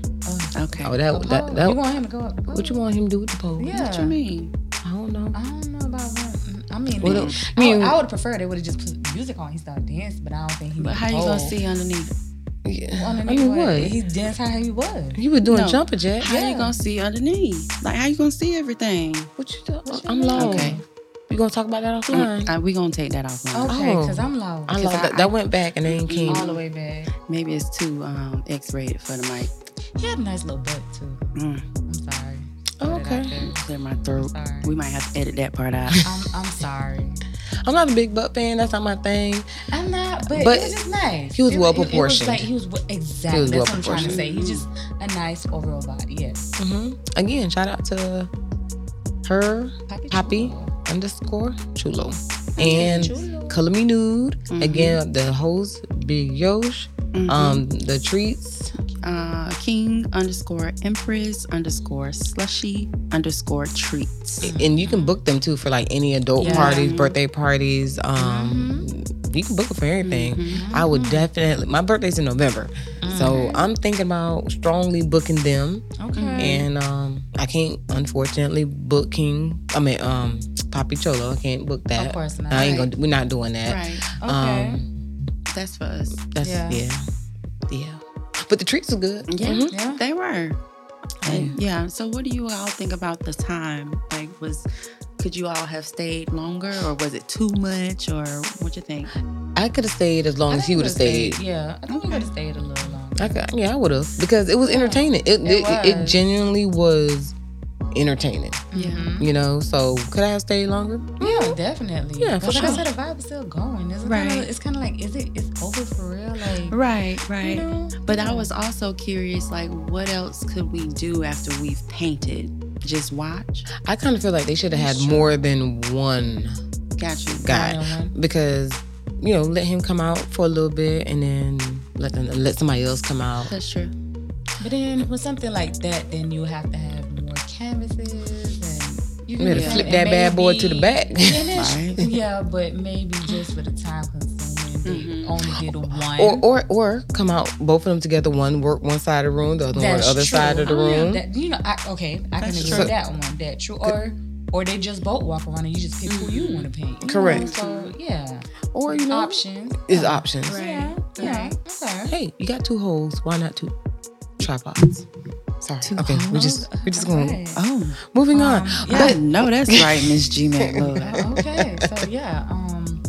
B: Okay.
A: Oh, that, that,
C: you
A: that
C: want him to go up?
A: what you want him to do with the pole?
C: Yeah.
B: What you mean?
A: I don't know.
C: I don't know about what. I mean,
A: Well,
C: I,
A: it- I
C: I
A: mean-
C: would, have preferred they would have just put music on. He started dancing, but I don't think he.
B: But how you gonna see underneath?
A: Yeah.
C: I
A: I
C: mean,
A: mean, what?
C: He danced how he was.
A: He was doing
B: No.
A: jumper jack.
B: How
C: Yeah.
B: you gonna see underneath? Like how you gonna see everything?
A: What you doing?
C: What you
A: I'm
C: mean?
A: low.
B: Okay.
A: We gonna talk about that offline?
B: Mm, uh, we gonna take that offline.
C: Okay,
A: Oh.
C: because I'm low.
A: I love
B: I-
A: that. that went back and then came.
C: all the way back.
B: Maybe it's too um, X-rated for the mic.
C: He had a nice little butt too.
B: Mm,
C: I'm sorry.
A: Oh,
C: Put it out
A: okay.
C: there.
B: clear my
C: I'm
B: throat.
C: sorry.
B: We might have to edit that part [LAUGHS] out.
C: I'm, I'm sorry.
A: I'm not a big butt fan. That's not my thing.
C: I'm not, but,
A: But
C: it was just nice.
A: he was
C: It-
A: well
C: it- it was
A: proportioned.
C: like he was well- exactly.
A: well
C: That's what I'm trying to say.
A: proportioned.
C: He's just a nice overall body. Yes.
A: hmm Again, shout out to her
C: Poppy.
A: Poppy.
C: Chulo.
A: underscore Chulo and
C: Chulo. Mm-hmm.
A: Color Me Nude.
B: Mhm.
A: Again, the host Big Yosh.
B: Mhm.
A: Um, the treats.
C: Mm-hmm.
B: uh, King underscore Empress underscore Slushy underscore Treats.
A: And you can book them too for like any adult
C: Yeah. Mm-hmm.
A: parties, birthday parties. Um, you can book it for anything.
B: Mm-hmm.
A: I would definitely. My birthday's in November, so
C: Mm-hmm.
A: I'm thinking about strongly booking them.
C: Okay.
A: And um, I can't unfortunately book King. I mean, um, Poppy Cholo. I can't book that.
C: of course not.
A: I ain't gonna. We're not doing that.
B: Right.
C: Okay.
A: Um,
B: That's for us.
A: that's yeah.
C: Yeah.
A: yeah, But the treats are good.
B: Yeah,
A: Mhm.
C: Yeah.
B: they were. And yeah. So, what do you all think about the time? Like, was could you all have stayed longer, or was it too much, or what you think?
A: I could have stayed as long
C: I
A: as
C: think
A: he would have
C: would've
A: stayed.
C: Yeah, I think we would have stayed a little longer.
A: I could, yeah, I would have because it was entertaining. It it, it,
C: was.
A: genuinely was entertaining.
B: Yeah.
A: You know, so could I have stayed longer?
C: Mm-hmm. Yeah, definitely.
A: Yeah,
C: 'Cause
A: for
C: like
A: sure.
C: I said, the vibe is still going. It's
B: Right.
C: Kind of, it's kind of like, is it? It's over for real? Like,
B: Right.
C: you
B: Right.
C: know?
B: But I
C: Yeah.
B: was also curious, like, what else could we do after we've painted? Just watch?
A: I kind of feel like they should have had more than one
B: Got you.
A: guy.
C: One-on-one.
A: because you know let him come out for a little bit and then let them let somebody else come out
B: That's true.
C: But then with something like that, then you have to have more canvases and you
A: you better
B: Yeah.
A: flip that bad boy to the back
C: And then-
B: Right.
C: Yeah, but maybe just for the time consuming, they
B: Mhm.
C: only did one.
A: or or or come out both of them together one work one side of the room the other one on the other side of the
C: Oh, yeah,
A: room
C: that- you know, I, okay, I
B: That's
C: can
B: true.
C: agree with that one. That true. Or or they just both walk around and you just pick who
B: Mm-hmm.
C: you want to paint. you know?
A: Correct.
C: So yeah,
A: or you know
C: options.
A: is options
B: Right.
C: Yeah, yeah. Okay.
A: hey you got two holes why not two tripods sorry
B: Two
A: okay we
B: holes?
A: just we just going
C: Okay.
A: [LAUGHS]
C: Um,
B: Oh,
A: moving on [LAUGHS]
B: I know that's right, Miss G Mac [LAUGHS] Love.
C: Oh, okay. So yeah. Um.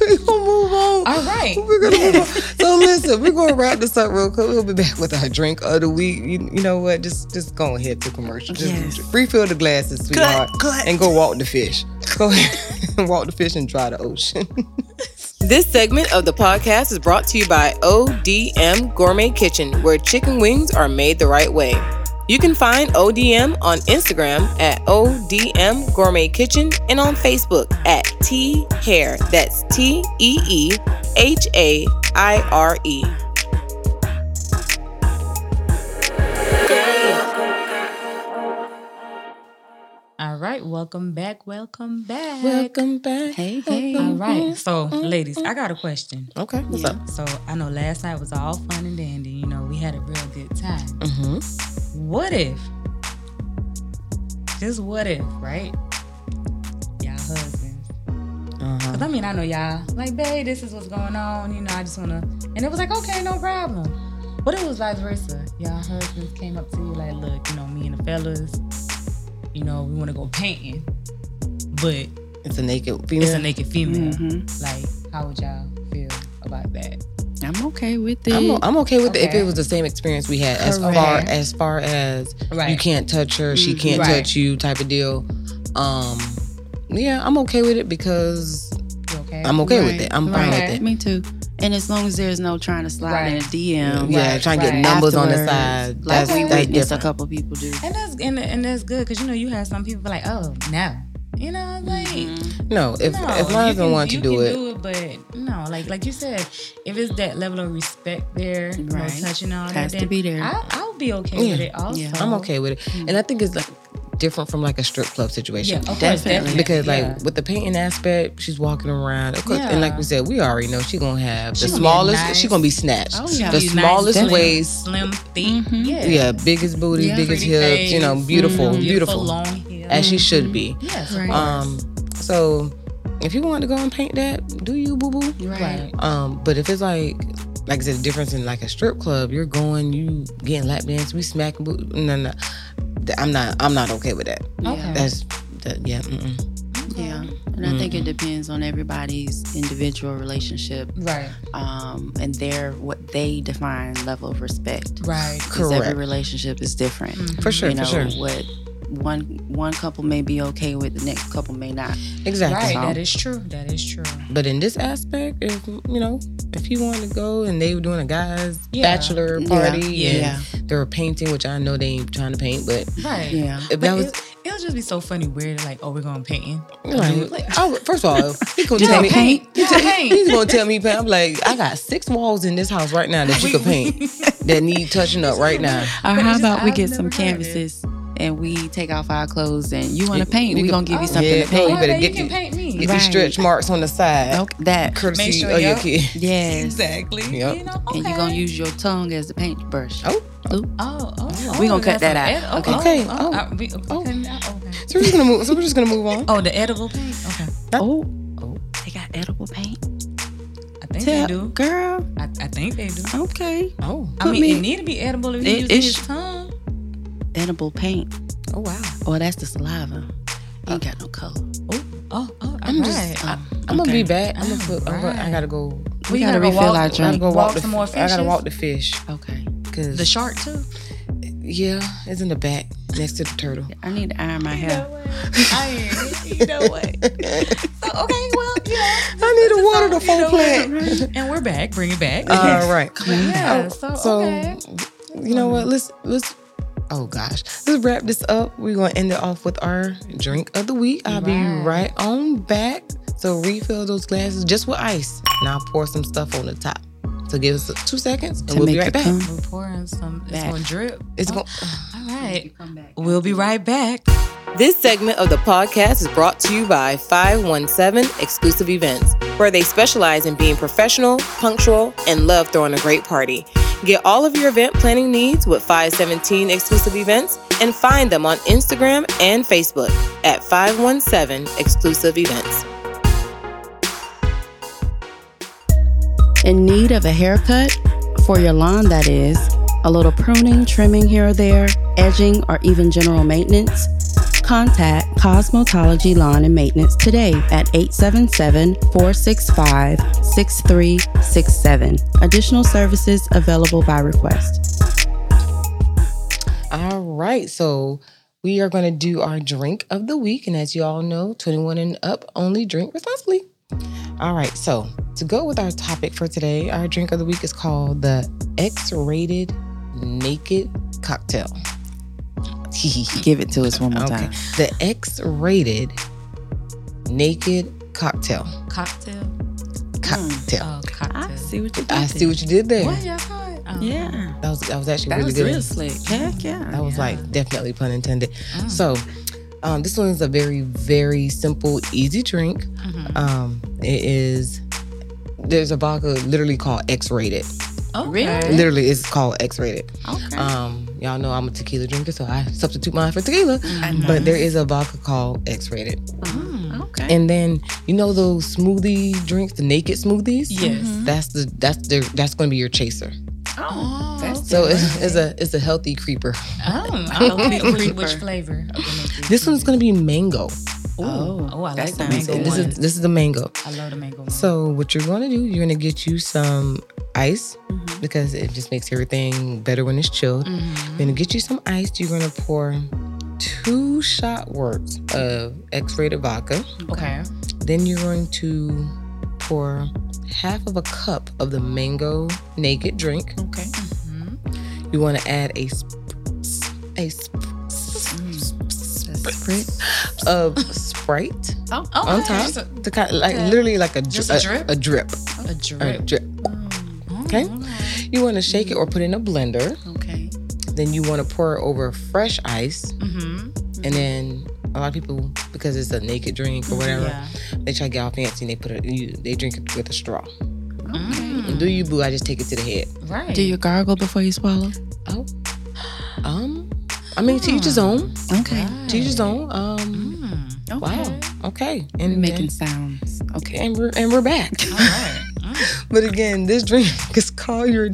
A: we're gonna move on
C: All
A: [LAUGHS]
C: right.
A: We're gonna move on. So listen, we're gonna wrap this up real quick. We'll be back with our drink of the week. You, you know what? Just just go ahead to commercial. Just
B: Yes.
A: refill the glasses, sweetheart, and go walk the fish. Go ahead [LAUGHS] and walk the fish and dry the ocean. [LAUGHS] This segment of the podcast is brought to you by ODM Gourmet Kitchen, where chicken wings are made the right way. You can find ODM on Instagram at ODM Gourmet Kitchen and on Facebook at T Hair. That's T E E H A I R E.
C: All right, welcome back. Welcome back.
A: Welcome back.
B: Hey, hey.
C: All right. So, ladies, I got a question.
A: Okay, what's
B: Yeah.
A: up?
C: So, I know last night was all fun and dandy. You know, we had a real good time.
A: Mm-hmm.
C: What if? Just what if, right? Y'all husbands. Cause
A: Uh-huh.
C: I mean, I know y'all like, babe, this is what's going on. You know, I just wanna. And it was like, okay, no problem. But it was vice versa. Y'all husbands came up to you like, look, you know, me and the fellas, you know, we wanna go painting, but
A: It's a naked female. Mm-hmm.
C: it's a naked female.
B: Mhm.
C: Like, how would y'all feel about that?
B: I'm okay with it.
A: I'm, o- I'm okay with it if
C: Okay.
A: it was the same experience we had as far
B: Correct.
A: as far as
C: Right. Mm-hmm.
A: you can't touch her, she
B: Mhm.
A: can't
C: Right.
A: touch you type of deal. Um, yeah, I'm okay with it because
C: You okay?
A: I'm okay with
B: Right.
A: it. I'm fine
C: Right.
A: with it.
B: Me too. And as long as there's no trying to slide in a
C: Right.
B: DM.
A: Yeah,
C: Right,
A: trying to get
C: right.
A: numbers on the
B: afterwards,
A: side.
B: Like
A: That's
B: we
A: that's
B: witnessed a
A: different.
B: couple people do.
C: And that's and, and that's good because you know you have some people be like, oh no, you know, like.
A: No, Mm-hmm. if
C: no,
A: if
C: you
A: my husband
C: can-
A: wanted to
C: you
A: do
C: can
A: it,
C: but no, like like you said, if it's that level of respect there,
B: Right.
C: no touching on
B: Has
C: it,
B: to be there.
C: I, I'll be okay with
A: Yeah.
C: it. Also,
B: Yeah.
A: I'm okay with it. And I think it's like different from like a strip club
C: Yeah,
A: situation.
C: of course,
B: Definitely.
C: definitely.
A: Because like
C: yeah.
A: with the painting aspect, she's walking around. Of course, and like
C: Yeah.
A: we said, we already know she gonna have
C: She
A: the
C: gonna be
A: smallest.
C: nice.
A: She gonna be snatched.
B: Oh, yeah.
A: The
C: Be nice,
A: smallest
C: slim,
A: waist.
C: slim, thick,
B: Mhm.
C: yeah,
A: Mm-hmm. Yeah, biggest booty,
B: Yeah.
A: biggest
C: Pretty
A: hips. You know,
C: face, Mm-hmm.
A: beautiful,
B: mhm.
A: beautiful,
C: long hair.
A: as she should be.
C: yes, uh-huh.
B: Right.
C: right.
A: Um, so if you want to go and paint that, do you boo boo?
B: Right.
C: right.
A: Um, but if it's like, like I said, the difference in like a strip club, you're going, you getting lap dance, we smack, boo- no, no, Th- I'm not, I'm not okay with that.
C: Okay.
A: That's, that, yeah, mm-mm.
B: Yeah. And
A: Mm-hmm.
B: I think it depends on everybody's individual relationship
C: Right,
B: um, and their what they define level of respect.
C: right,
B: Because every
A: Correct.
B: relationship is different.
A: for sure,
B: you know
A: for sure,
B: what one one couple may be okay with, the next couple may not.
A: exactly.
C: right.
B: So-
C: That is true. That is true.
A: But in this aspect, if you know, if you want to go and they were doing a guy's
C: Yeah.
A: bachelor party
C: Yeah.
A: and
B: Yeah.
A: they were painting, which I know they ain't trying to paint, but
C: Right.
B: [LAUGHS] Yeah.
A: if that
C: But
A: was
C: it, it'll just be so funny, weird, like, oh, we're going painting.
A: Like,
C: Like-
A: I would- oh, first of
C: [LAUGHS]
A: all, he gonna
B: Just
A: tell me
B: paint.
A: He
C: Just
A: tell-
C: paint. [LAUGHS]
A: He's gonna tell me paint. I'm like, I got six walls in this house right now that you can
C: [LAUGHS]
A: paint that need touching up right now.
B: Or
C: But
B: how
C: it's just-
B: about we
C: I've
B: get some
C: never heard of it.
B: canvases and we take off our clothes and you want
A: You-
B: to paint?
A: you
B: We
A: can-
B: gonna give you something
A: oh, yeah,
B: to
A: no,
B: paint.
A: you better get
C: can
A: the-
C: paint me.
A: Get
B: Right.
A: these stretch marks on the side,
B: Okay, that
A: courtesy
C: Make sure
A: of your
C: y'all-
A: kid.
B: yes.
C: Exactly.
A: Yep.
C: You know, okay.
B: And you're gonna use your tongue as the paintbrush.
A: Oh.
C: Oh, oh,
B: We gonna
C: oh,
B: cut
C: that's
B: that
C: a-
B: out.
C: ed-
A: Okay. Okay.
C: Oh, oh, I- we- okay,
A: Oh.
C: now- okay.
A: So we're just gonna move. So we're just gonna move on.
C: Oh, the edible paint. Okay.
B: Oh, oh, they got edible paint.
C: I think
B: Tell-
C: they do.
B: girl.
C: I, I think they do.
B: Okay,
A: Oh,
C: I
B: put
C: mean,
B: me-
C: it need to be edible if you
B: It-
C: use
B: it
C: his
B: sh-
C: tongue.
B: edible paint.
A: oh wow.
B: Oh, that's the saliva. Ain't got no color.
C: Oh, oh,
A: I'm
C: I'm
A: just-
C: right.
B: Oh,
A: I'm gonna
B: okay.
A: be back. I'm gonna.
C: All
A: Put, I'm gonna I
C: right.
A: gotta go.
B: We gotta
C: go
B: refill
C: walk-
B: our
A: I gotta
B: drink.
A: go walk,
C: Walk
A: the.
C: some more
A: I gotta
C: fishes?
A: walk the fish
B: Okay,
A: because
C: The shark too.
A: yeah, it's in the back next to the turtle.
B: I need to iron my hair.
C: way. I ain't. You know what? So, okay, well, you
A: [LAUGHS]
C: know.
A: I need to water the
C: you know
A: phone
C: what?
A: plant.
C: And we're back. Bring it back.
A: All right.
C: yeah,
A: Oh,
C: so,
A: so,
C: okay.
A: you know what? Let's let's oh gosh. Let's wrap this up. We're gonna end it off with our drink of the week. I'll be
C: Right.
A: right on back. So refill those glasses just with ice. And I'll pour some stuff on the top. So give us two seconds and
B: To
A: we'll
B: make
A: be right
B: it
A: back.
B: come.
C: We're pouring some. It's
B: Back.
C: gonna drip.
A: It's
C: Oh,
A: going
C: All right.
B: Come back.
C: We'll be right back.
A: This segment of the podcast is brought to you by 517 Exclusive Events, where they specialize in being professional, punctual, and love throwing a great party. Get all of your event planning needs with 517 Exclusive Events and find them on Instagram and Facebook at 517 Exclusive Events.
B: In need of a haircut? For your lawn, that is. A little pruning, trimming here or there, edging, or even general maintenance? Contact Cosmetology Lawn and Maintenance today at 877 465 6367. Additional services available by request.
A: All right, so we are going to do our drink of the week. And as you all know, 21 and up only drink responsibly. All right, so to go with our topic for today, our drink of the week is called the X rated naked cocktail.
B: Give it to us one more
A: Okay.
B: time.
A: The X-rated naked cocktail.
C: Cocktail.
A: Cocktail.
C: Oh, cocktail.
B: I see what you did.
A: I see what you did there.
C: What y'all call it? Oh.
B: Yeah.
A: That was that was actually
B: That
A: really
B: was
A: good.
B: real slick. Heck yeah.
A: That was
C: Yeah.
A: like definitely pun intended.
C: Mm.
A: So, um, this one is a very, very simple, easy drink.
C: Mhm.
A: Um, it is. There's a vodka literally called X-rated.
C: Oh. Okay.
B: Really?
A: Literally, it's called X-rated.
B: Okay.
A: Um, y'all know I'm a tequila drinker, so I substitute mine for tequila.
B: Mm-hmm.
C: Mhm.
A: But there is a vodka called X-rated.
C: Mm.
B: okay.
A: And then you know those smoothie drinks, the naked smoothies.
C: Yes.
B: Mhm.
A: That's the that's the that's going to be your chaser.
B: oh.
C: Oh,
B: That's
A: So it's, [LAUGHS]
C: okay.
A: it's a it's a healthy creeper.
C: Oh, I don't
B: Okay.
C: know which,
B: Creeper.
C: which flavor.
A: This one's going to be mango.
B: Ooh.
C: Oh, I
B: That
C: like the
B: sounds
C: mango
A: And
B: good.
A: this is
C: ones.
A: this is the mango.
C: I love the mango. one.
A: So what you're gonna do, you're gonna get you some ice
B: Mhm.
A: because it just makes everything better when it's chilled.
C: Mhm.
A: You're gonna get you some ice. You're gonna pour two shot worths of X-rated vodka.
C: okay.
A: Then you're going to pour half of a cup of the mango naked drink.
B: Okay.
C: Mhm.
A: You want to add a sp- a sp-
B: Spritz.
A: of Sprite
C: Oh,
A: on
C: Mm. okay.
A: top
C: Just a,
A: to kind like
C: Okay.
A: literally like a, dri-
C: Just a drip?
A: a drip
C: a
A: a
C: drip.
A: drip.
C: Oh,
A: okay.
C: alright.
A: You want to shake
C: Mm.
A: it or put it in a blender.
B: Okay.
A: then you want to pour it over fresh ice
C: Mhm.
A: and then a lot of people because it's a naked drink or whatever
C: Yeah.
A: they try to get all fancy and they put it you, they drink it with a straw
C: Mm.
A: do you boo i just take it to the head
C: Right.
B: Do you gargle before you swallow?
A: oh um i mean to each his own
B: Okay.
A: to each his own um
C: Hmm. Mm.
B: Okay.
A: wow okay
B: And
A: and
B: making sounds. Okay.
A: and we're, and we're back [LAUGHS]
C: All right. Mm.
A: but again this drink [LAUGHS] is called your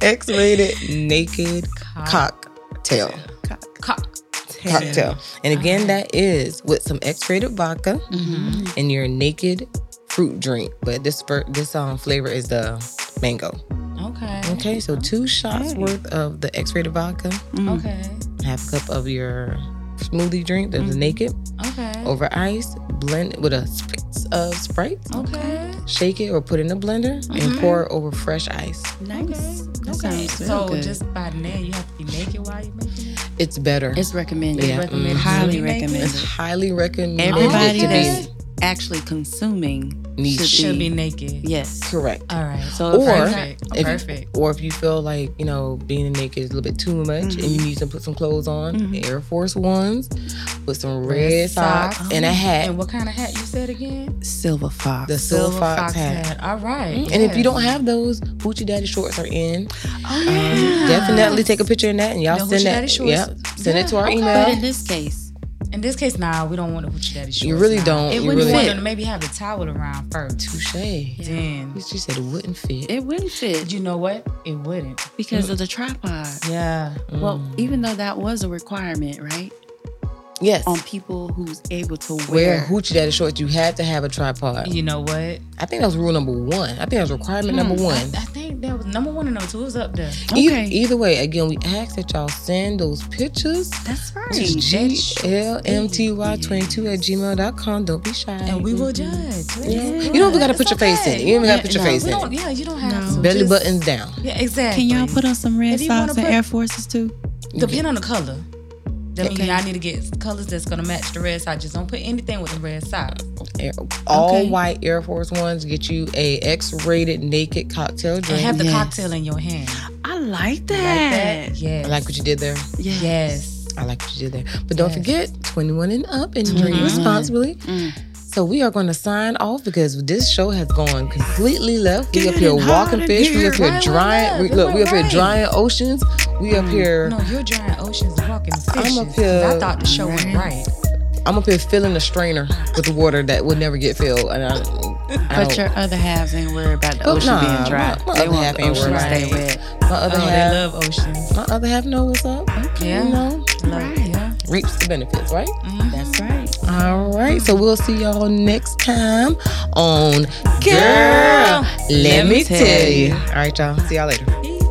A: x-rated naked cocktail
B: Cock.
C: Cock.
A: cocktail Uh-huh. and again that is with some x-rated vodka
C: Mhm.
A: and your naked fruit drink. But this fir- this um flavor is the mango.
C: Okay.
A: Okay, so two shots worth of the X-rated vodka,
B: Mm.
C: Okay.
A: half cup of your smoothie drink, the, the
B: Mhm.
A: naked
C: Okay.
A: over ice, blend it with a spritz of Sprite.
C: Okay.
A: Shake it or put it in a blender and
C: Mhm.
A: pour it over fresh ice.
B: Nice.
C: Okay.
B: That
C: Okay.
B: sounds real
C: So
B: good.
C: just by name, you have to be naked while you're making it.
A: It's better. It's,
B: it's recommended.
A: Yeah.
C: Recommended to
B: Highly
C: be naked?
B: recommended.
A: highly recommended
B: Everybody
A: to
B: that's
A: be
B: actually consuming.
A: niche.
B: should
C: Should
B: be-
C: be naked.
B: Yes.
A: Correct.
C: All right.
B: So
A: Or-
C: perfect.
A: if-
C: perfect.
A: Or if you feel like, you know, being naked is a little bit too much and you need to put some clothes on,
B: Mhm.
A: Air Force Ones with some red,
C: Red
A: socks,
B: socks.
A: and a hat.
C: And what kind of hat you said again?
B: silver fox. Um,
A: the silver, fox, hat.
C: All right.
A: Mhm. And if you
C: yes.
A: don't have those, Hoochie Daddy shorts are in.
B: oh,
A: Um,
B: yeah.
A: Definitely take a picture in that and y'all
C: The
A: send
C: Hoochie
A: that.
C: Daddy shorts.
A: Yep. Send it to our
C: Yeah, okay.
B: But
A: email.
B: in this case,
C: In this case, nah, we don't want the hoochie daddy shorts.
A: You really
C: nah.
A: don't.
B: It
A: you
B: wouldn't
A: really
C: We want
B: fit.
C: them to maybe have a towel around first.
A: Touche.
C: Then
A: She said it wouldn't fit.
B: it wouldn't fit
C: you know what? It wouldn't.
B: because of the tripod.
C: Yeah.
B: Well,
A: Mm.
B: even though that was a requirement, right?
A: yes.
B: On people who's able to
A: Wear
B: wear.
A: Hoochie Daddy shorts, you had to have a tripod.
C: You know
A: I
C: what?
A: think that was rule number one. I think that was requirement number one.
C: I, I think that was number one and number two was up there.
A: Either,
B: Okay.
A: E, either way, again, we ask that y'all send those pictures
B: That's right.
A: to glmty22 at gmail.com. Don't be shy.
C: And we will judge.
A: Yeah. You don't even got to put your face in it. You don't even got to put your
B: no,
A: face
C: We
A: in
C: don't,
A: it.
C: yeah, you don't have
B: No.
C: to.
A: Belly
C: Just-
A: buttons down.
C: Yeah, exactly.
B: Can y'all put on some red
C: If you wanna
B: socks and
C: put-
B: Air Forces too?
C: Depend on the color. That means
B: Okay.
C: I need to get colors that's gonna match the red socks. Just don't put anything with the red socks.
A: Air- All
B: Okay.
A: white Air Force Ones get you a X-rated naked cocktail
C: And
A: drink.
C: have the
B: Yes.
C: cocktail in your hand.
B: I like
C: You
B: that.
C: Like that? Yes.
A: I like what you did there.
B: Yeah.
C: Yes.
A: I like what you did there. But don't
C: Yes. Mm-hmm.
A: forget, 21 and up and drink
B: 21.
A: responsibly.
B: Mm.
A: So we are going to sign off because this show has gone completely left. We up here
B: Getting
A: walking
B: hot
A: fish. We
B: here.
A: up here
C: Right,
A: drying.
C: right,
A: We,
C: right.
A: look, we up here
C: Right. Mm.
A: drying oceans. We up here.
C: No, you're drying oceans and walking fishes.
A: up
C: 'cause
A: here-
C: I thought the show was right.
A: I'm up here filling a strainer with the water that would never get filled. And I, I
B: But
A: don't-
B: your other halves ain't worried about the
A: Oh,
B: ocean
A: nah,
B: being dry.
A: my- my
B: they
A: other
B: want
A: half
B: the
A: ain't
B: ocean to
A: worried.
B: stay wet.
A: my other
C: oh,
A: half,
C: they love oceans.
A: my other half know what's up.
C: Yeah. Mm-hmm.
A: You know,
C: Love, yeah.
A: reaps the benefits, right?
B: That's right.
A: All right. So we'll see y'all next time on Girl.
B: Girl,
A: let me tell you. All right, y'all. See y'all later.
C: Peace.